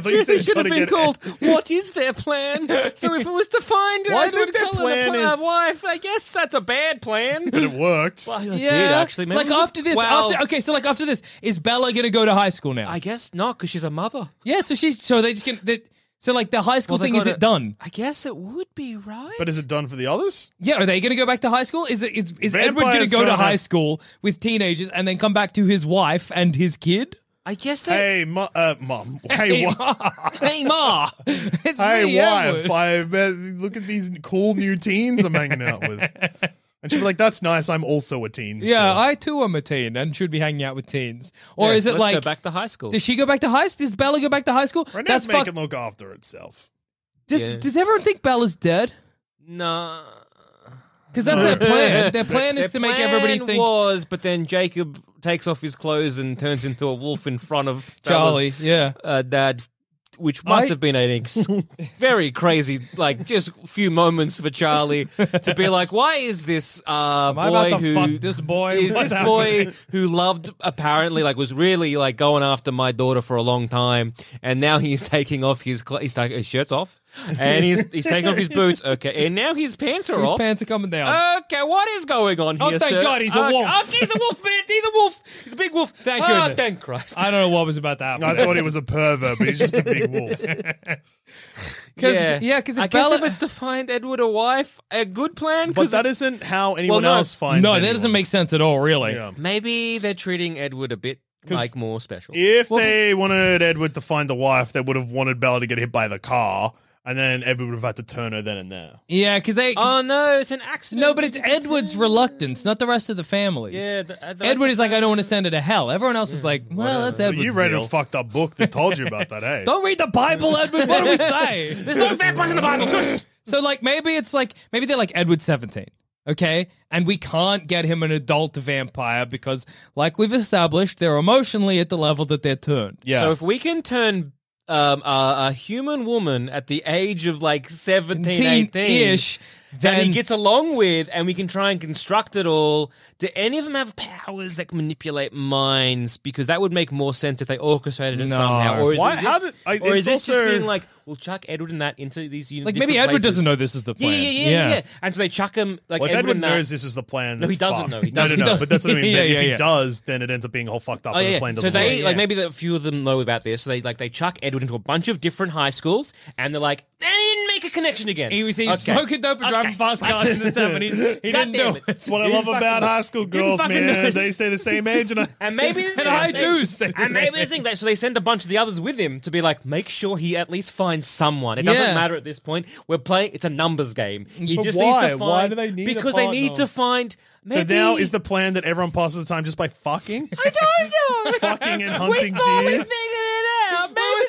thought you They said should have gotta been get- called. <laughs> What is their plan? So if it was to find Well, I Edward think their Cullen a plan pla- is- wife, I guess that's a bad plan. <laughs> But it worked. yeah, Like after this, Well, after okay, so like after this, is Bella gonna go to high school now? I guess not, because she's a mother. yeah, so she's so they just can. They, so like the high school Well, they thing is gotta- it done? I guess it would be right. But is it done for the others? Yeah, are they gonna go back to high school? Is it is, is Edward gonna Vampires go to don't high have- school with teenagers and then come back to his wife and his kid? I guess they. Hey, mu- uh, mom. Hey, Hey, wa- Ma. Hey, Ma. <laughs> It's me, Hey, wife. Edward. I, uh, look at these cool new teens I'm hanging out with. And she'll be like, that's nice. I'm also a teen. Yeah, still. I too am a teen and should be hanging out with teens. Or is it Let's like go back to high school? Does she go back to high school? Does Bella go back to high school? Renee's fuck- making look after itself. Does, Yeah. does everyone think Bella's dead? No. Because that's <laughs> their plan. Their plan is Their to make everybody plan think. was, but then Jacob takes off his clothes and turns into a wolf in front of Charlie, yeah. Bella's, uh, dad which must I- have been an ex- very crazy, like just few moments for Charlie to be like, "Why is this uh, Am I boy about to who fuck this boy? is What's this boy who loved apparently like was really like going after my daughter for a long time, and now he's taking off his cl- he's taking his shirts off, and he's he's taking off his boots, okay, and now his pants are His off, pants are coming down. Okay, what is going on Um, Oh, here? thank sir? God he's a Oh, wolf. Oh, he's a wolf, man. He's a wolf. He's a big wolf. Thank oh, goodness. Thank Christ. I don't know what was about that. I thought he was a pervert, but he's just a big <laughs> wolf. Because yeah, because I guess if Bella if it's to find Edward a wife, a good plan. But Because that isn't how anyone no. else finds. no, that anyone. doesn't make sense at all. Really, Yeah. maybe they're treating Edward a bit like more special. If they wanted Edward to find the wife, they would have wanted Bella to get hit by the car, and then Edward would have had to turn her then and there. yeah, because they oh no, it's an accident. no, but it's Edward's reluctance, not the rest of the families. Yeah, the- uh, the- Edward is like, I don't want to send her to hell. Everyone else is like, well, that's But Edward's you read deal. a fucked up book that told you about that, <laughs> eh? Don't read the Bible, Edward. What do we say? There's no vampires in the Bible. <laughs> <laughs> so like maybe it's like maybe they're like Edward seventeen, okay, and we can't get him an adult vampire because like we've established, they're emotionally at the level that they're turned. yeah. So if we can turn um, a, a human woman at the age of like 17, 18 ish. that he then- gets along with, and we can try and construct it all. Do any of them have powers that can manipulate minds? Because that would make more sense if they orchestrated it No. somehow. Or is, Why- it how just, did- I- or it's is this just also- being like, we'll chuck Edward and that into these uni- like maybe different Edward places. doesn't know this is the Yeah, plan. yeah, yeah, yeah, yeah. And so they chuck him like Well, if Edward Edward and that- knows this is the plan, No, he that's doesn't fucked. know. He no, doesn't. no, no. He But doesn't. that's what I mean. <laughs> Yeah, if yeah, he yeah. does, then it ends up being all fucked up. Oh and yeah, the plan so doesn't they work. like maybe the- a few of them know about this. So they like they chuck Edward into a bunch of different high schools, and they're like, they didn't make a connection again. He was he's Okay. smoking dope and Okay. driving fast cars <laughs> in the seventies. He God damn didn't do it. it. That's what I love about high <laughs> school girls, fucking know. man. They stay the same age, and I, <laughs> And maybe this And high maybe- juice. And maybe this thing that so they send a bunch of the others with him to be like, make sure he at least finds someone. It Yeah. doesn't matter at this point. We're playing; it's a numbers game. He But just why? needs to find. Why do they need a Because they need partner? to find. so Maybe, now is the plan that everyone passes the time just by fucking. I don't know. Fucking and we hunting thought we deer. Oh figured <laughs> it out. Maybe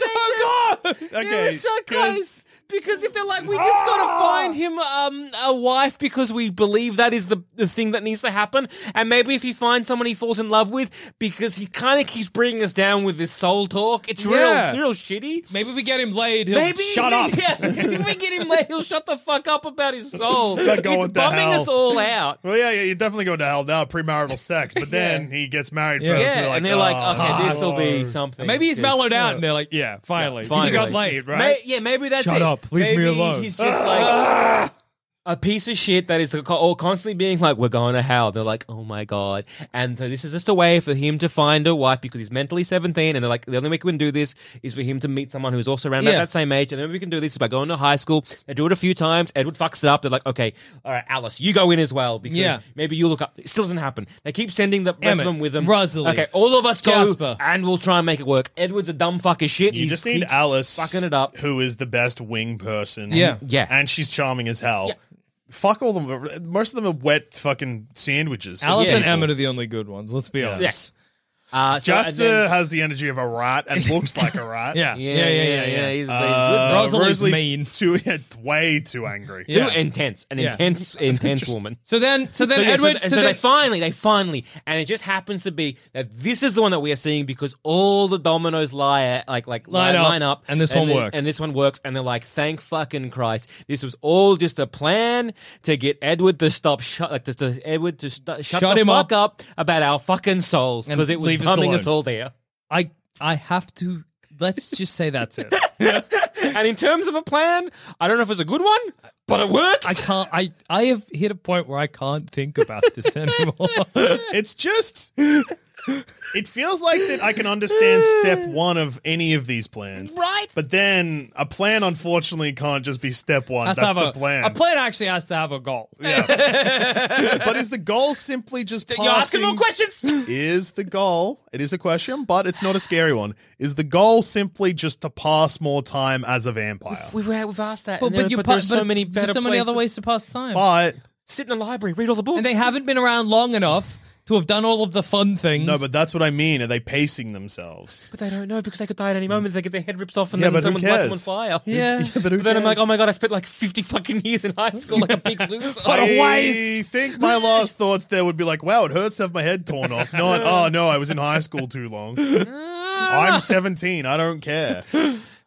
they just- Okay, it was so 'cause- Ah! close. Because if they're like, we just gotta find him um, a wife because we believe that is the, the thing that needs to happen, and maybe if he finds someone he falls in love with, because he kind of keeps bringing us down with this soul talk, it's Yeah. real, real shitty. Maybe we get him laid. He'll Maybe shut up. yeah, if we get him late, he'll shut the fuck up about <laughs> his soul. Not going it's to bumming hell. us <laughs> all out. Well, yeah, yeah, you definitely go to hell now, premarital sex, <laughs> but then he gets married Yeah. first. Yeah, and they're like, "Oh, okay, this will be Lord." something. Maybe he's This- mellowed out, and they're like, "Yeah, finally, 'Cause you got Finally. laid, right?" May- yeah, maybe that's Shut it. up. Leave me Maybe alone. Ah! He's just like a piece of shit that is co- all constantly being like, "We're going to hell." They're like, "Oh my god!" And so this is just a way for him to find a wife because he's mentally seventeen, and they're like, "The only way we can do this is for him to meet someone who's also around Yeah. about that same age." And then we can do this is by going to high school. They do it a few times. Edward fucks it up. They're like, "Okay, all right, Alice, you go in as well because Yeah. maybe you look up." It still doesn't happen. They keep sending the rest Emmett, of them with them. Rosalie, okay, all of us go Jasper. and we'll try and make it work. Edward's a dumb fuck as shit. You He's- just need he's- Alice, fucking it up. who is the best wing person. Yeah. Yeah. and she's charming as hell. Yeah. Fuck all them. Most of them are wet fucking sandwiches. So Alice Yeah. and Emmett are the only good ones. Let's be honest. Yes. Uh, so- Jester and then- has the energy of a rat and looks like a rat. Yeah. <laughs> yeah, yeah, yeah, yeah. He's, he's Uh, Rosalie's Rosalie's mean. Too, <laughs> yeah, way too angry. good. yeah. Too intense, an Yeah. <laughs> intense, intense woman. So then, so then So, yeah, so- Edward. and so, then- they finally, they finally, and it just happens to be that this is the one that we are seeing because all the dominoes lie at, like like line, Line up, line up, and this one then- works. and this one works, and they're like, thank fucking Christ, this was all just a plan to get Edward to stop, shut, like to, to Edward to stu- shut, Shut the him fuck up. about our fucking souls And because it was leave us bumming alone. us all there. I I have to. Let's just say that's it. And in terms of a plan, I don't know if it's a good one, but it worked. I can't. I I have hit a point where I can't think about this anymore. It's just. It feels like that I can understand <sighs> step one of any of these plans. Right. But then a plan, unfortunately, can't just be step one. Has to That's have the a, plan. A plan actually has to have a goal. But is the goal simply just You're asking passing? more questions. Is the goal? It is a question, but it's not a scary one. Is the goal simply just to pass more time as a vampire? <laughs> We've, we've asked that. But, and there- but, you pa- there's so it's- many there's better so many places other to- ways to pass time. But Sit in the library, read all the books. and they haven't been around long enough to have done all of the fun things. no, but that's what I mean. Are they pacing themselves? But they don't know because they could die at any moment. They get their head ripped off and Yeah, then but who someone lights them on cares? fire. yeah. but who But then I'm cares? like, oh my god, I spent like 50 fucking years in high school like a big loser. I <laughs> think my last thoughts there would be like, wow, it hurts to have my head torn off. <laughs> Not, oh no, I was in high school too long. I'm 17. I don't care.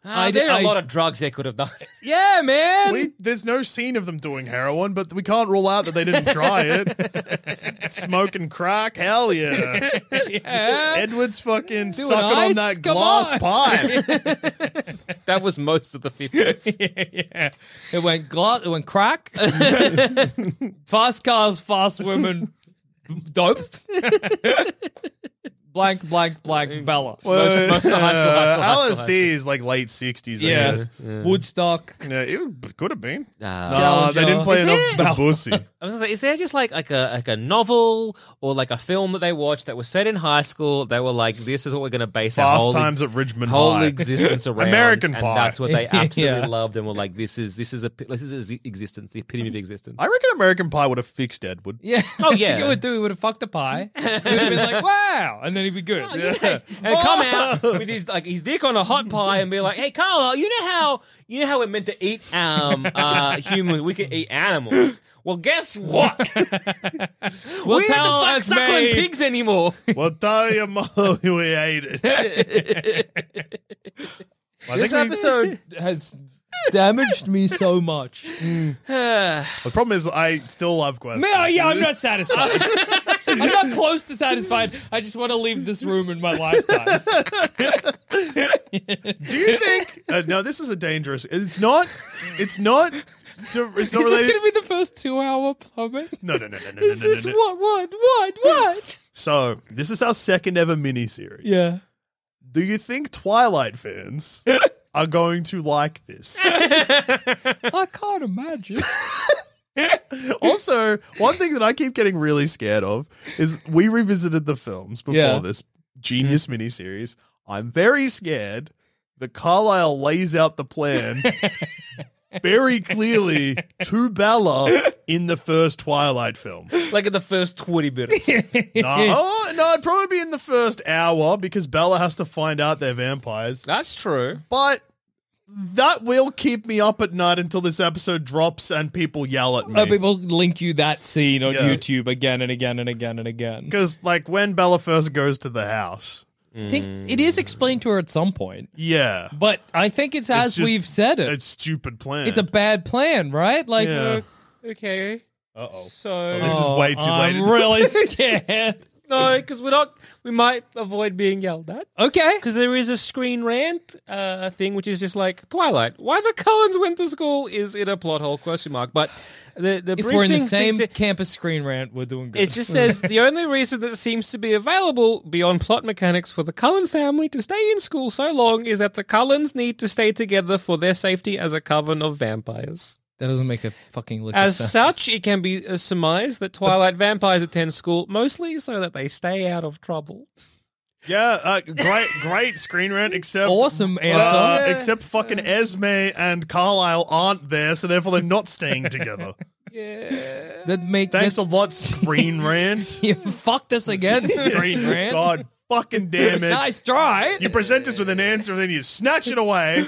I I did did- a I- lot of drugs they could have done. <laughs> Yeah, man. We, there's no scene of them doing heroin, but we can't rule out that they didn't try it. S- Smoking crack, hell yeah. Edward's fucking sucking on ice? that Come glass on. pipe. that was most of the fifties. It went glass. It went crack. fast cars, fast women, dope. blank, blank, blank. Bella. Uh, <laughs> most of the high school- high school- high school- LSD is like late 60s, I yeah. guess. Woodstock. Yeah, it could have been. Nah. Nah, they didn't play Is enough there- the pussy. I was gonna say, is there just like like a like a novel or like a film that they watched that was set in high school? They were like, this is what we're gonna base our Fast whole times at Ridgemont whole High. <laughs> existence around American and Pie. <laughs> That's what they absolutely Yeah. loved and were like, this is this is a this is existence, the epitome of existence. I reckon American Pie would have fixed Edward. Yeah. <laughs> Oh, yeah. He would do. He would have fucked a pie. He would have been like, wow, and then he'd be good. Yeah. and <laughs> come out with his like his dick on a hot pie and be like, "Hey, Carla, you know how you know how we're meant to eat <laughs> um uh humans? We can eat animals. Well, guess <laughs> what? We'll we ain't the tell fuck as suckling made. pigs anymore. <laughs> Well, tell your <laughs> mother we ate it. I think <laughs> This we- episode has damaged me so much. <laughs> the problem is I still love questions. Man, oh, yeah, I'm not satisfied. <laughs> I'm not close to satisfied. I just want to leave this room in my lifetime. Do you think? Uh, no, this is a dangerous. It's not. It's not. It's not Is this related. gonna be the first two-hour plumbing? No, no, no, no, no, no, no, <laughs> no, no. what, what, what, what? So this is our second ever miniseries. <laughs> Yeah. Do you think Twilight <laughs> fans are going to like this? I can't imagine. <laughs> also, one thing that I keep getting really scared of is we revisited the films before Yeah. Mm-hmm. this genius miniseries. I'm very scared that Carlisle lays out the <laughs> plan very clearly to Bella in the first Twilight film. like in the first twenty minutes. No, oh, no, it'd probably be in the first hour because Bella has to find out they're vampires. That's true. But that will keep me up at night until this episode drops and people yell at me. Uh, people link you that scene on Yeah. YouTube again and again and again and again. Because, like, when Bella first goes to the house, I think it is explained to her at some point, yeah, but I think it's as just- we've said it. it's stupid plan. It's a bad plan, right? Like, uh, Yeah. Okay, Uh oh. so This is way too late. <laughs> I'm really scared. no, because we're not. We might avoid being yelled at. <laughs> Okay. Because there is a screen rant uh, thing, which is just like Twilight. Why the Cullens went to school is in a plot hole question mark. But the the If brief we're in the thing same thinks it- campus screen rant, we're doing good. It just says the only reason that seems to be available beyond plot mechanics for the Cullen family to stay in school so long is that the Cullens need to stay together for their safety as a coven of vampires. that doesn't make a fucking lick. of As sense. such, it can be uh, surmised that Twilight vampires attend school mostly so that they stay out of trouble. Yeah, uh, great, great screen rant, except. awesome uh, answer. Except fucking Esme and Carlisle aren't there, so therefore they're not staying <laughs> together. that make Thanks a that, lot, Screen Rant. <laughs> you fucked us again, screen rant. God fucking damn it. <laughs> Nice try. You present us with an answer and then you snatch it away.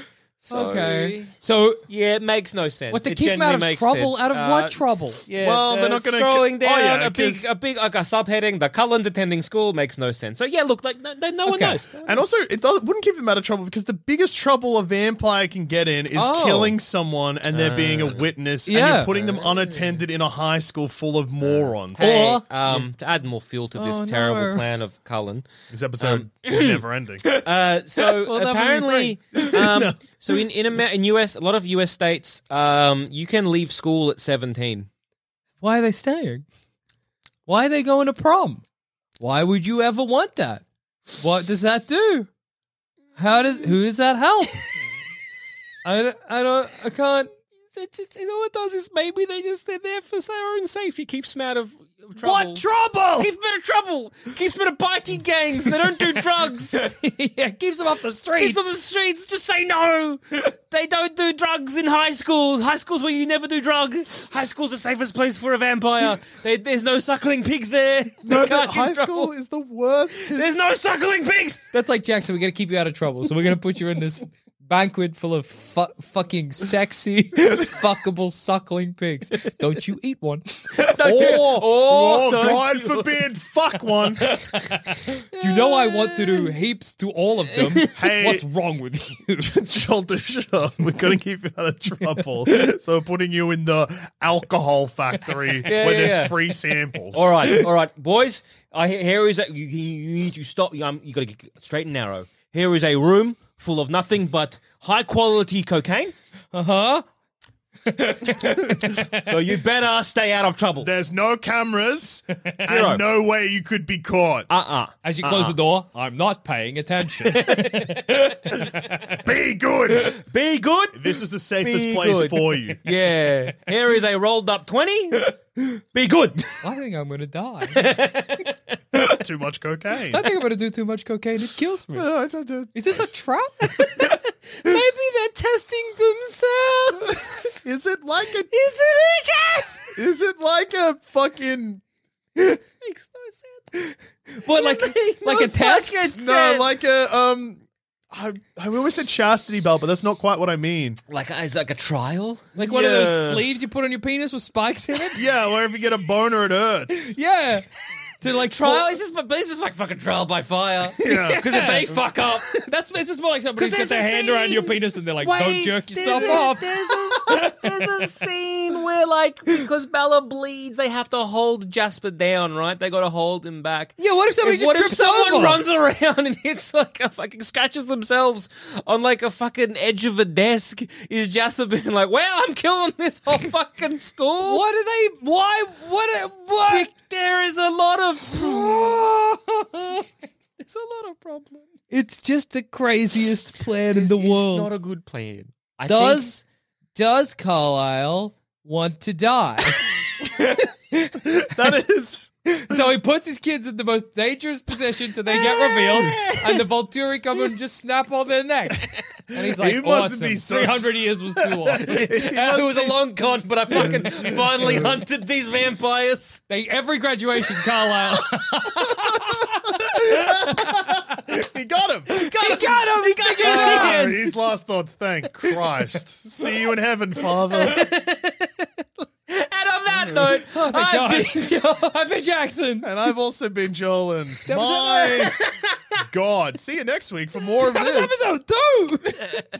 okay. So, Yeah, it makes no sense. what to It keep them out generally of makes trouble? sense. Out of Uh, what trouble? Yeah, Well, they're uh, not gonna- scrolling oh, down yeah, a big, 'cause- a big like a subheading. The Cullens attending school makes no sense. So yeah, look, like no, no no one Okay. knows. And also, it does, wouldn't keep them out of trouble because the biggest trouble a vampire can get in is Oh. Uh, killing someone and there being a witness and Yeah. you're putting them unattended in a high school full of morons. Hey, Or- um, to add more fuel to this Oh, terrible no. plan of Cullen. This episode Um, is <clears throat> never <laughs> ending. Uh, <laughs> so Well, that apparently, wouldn't um, so in in, Amer- in US, a lot of US states, um, you can leave school at seventeen. Why are they staying? Why are they going to prom? Why would you ever want that? What does that do? How does who does that help? I don't, I don't I can't That just, and all it does is maybe they just they're there for their own safety. Keeps them out of, of trouble. What trouble? Keeps them out of trouble. Keeps them out of biking gangs. They don't <laughs> do drugs. yeah, keeps them off the Kids streets. on the streets, just say no. They don't do drugs in high school. High school's where you never do drug. High school's the safest place for a vampire. They, there's no suckling pigs there. No, They but can't get high in trouble. school is the worst. There's no suckling pigs. That's like Jackson. We're gonna keep you out of trouble, so we're gonna put you in this banquet full of fu- fucking sexy, fuckable, suckling pigs. Don't you eat one. oh, oh, oh, don't God forbid, fuck <laughs> one. You know I want to do heaps to all of them. Hey. <laughs> What's wrong with you? Jolter, we're <laughs> gonna keep you out of trouble. so we're putting you in the alcohol factory where <laughs> yeah, there's yeah. free samples. All right, all right, boys. I he- here is a, you, you you need to stop. You, um, you got to get straight and narrow. Here is a room full of nothing but high quality cocaine. Uh-huh. <laughs> Huh? So you better stay out of trouble. There's no <laughs> cameras Zero. and no way you could be caught. Uh uh As you close the door, I'm not paying attention. Be <laughs> good. Be good. This is the safest Be place good. for you. Yeah. Here is a rolled up twenty. Be good. I think I'm gonna <laughs> die. I Too much cocaine. <laughs> think I'm gonna do too much cocaine. It kills me. I don't do- Is this a trap? <laughs> Maybe they're testing themselves. Is it like a? Is it a trap? Is it like a fucking? Makes no sense. What, like, like a test? No, like a um. I I always said chastity belt, but that's not quite what I mean. Like uh, is like a trial. Like one of Yeah. those sleeves you put on your penis with spikes in <laughs> it? Yeah, where if you get a boner, it hurts. Yeah. To like Trial. trial. This is this is like fucking trial by fire. <laughs> <laughs> Yeah. Because if they fuck up, <laughs> That's this is more like somebody's 'Cause there's got their a hand around scene- your penis and they're like, "Don't Wait, jerk there's yourself a- off." There's a, <laughs> there's a scene where, like, because Bella bleeds, they have to hold Jasper down, right? They got to hold him back. Yeah, what if somebody If- just what trips if someone over? runs around <laughs> and hits like a fucking scratches themselves on like a fucking edge of a desk? Is Jasper being like, "Well, I'm killing this <laughs> whole fucking school"? What are they? Why? What? are- What? Like, There is a lot <sighs> of. <laughs> There's a lot of problems. It's just the craziest plan in This the is world. not a good plan. I does does Carlisle want to <laughs> die? That <laughs> is. so he puts his kids in the most dangerous position till they get revealed, and the Volturi come and just snap on their necks. And he's like, He must awesome. be <laughs> so- 300 years was too <laughs> <laughs> long. think it was a long con, but I fucking <laughs> finally hunted these vampires. They, every graduation, <laughs> <laughs> Carlisle. He got him. He got him. He got him. Ah, his last thoughts. Thank Christ. See you in heaven, Father. <laughs> And on that note, God. I've been your <laughs> I've <laughs> been Jackson. <laughs> And I've also been Joel. And my <laughs> God. See you next week for more of this. Episode <laughs> two.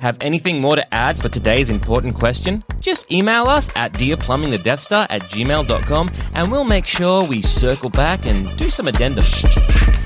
Have anything more to add for today's important question? Just email us at dearplumbingthedeathstar at gmail.com and we'll make sure we circle back and do some addendum.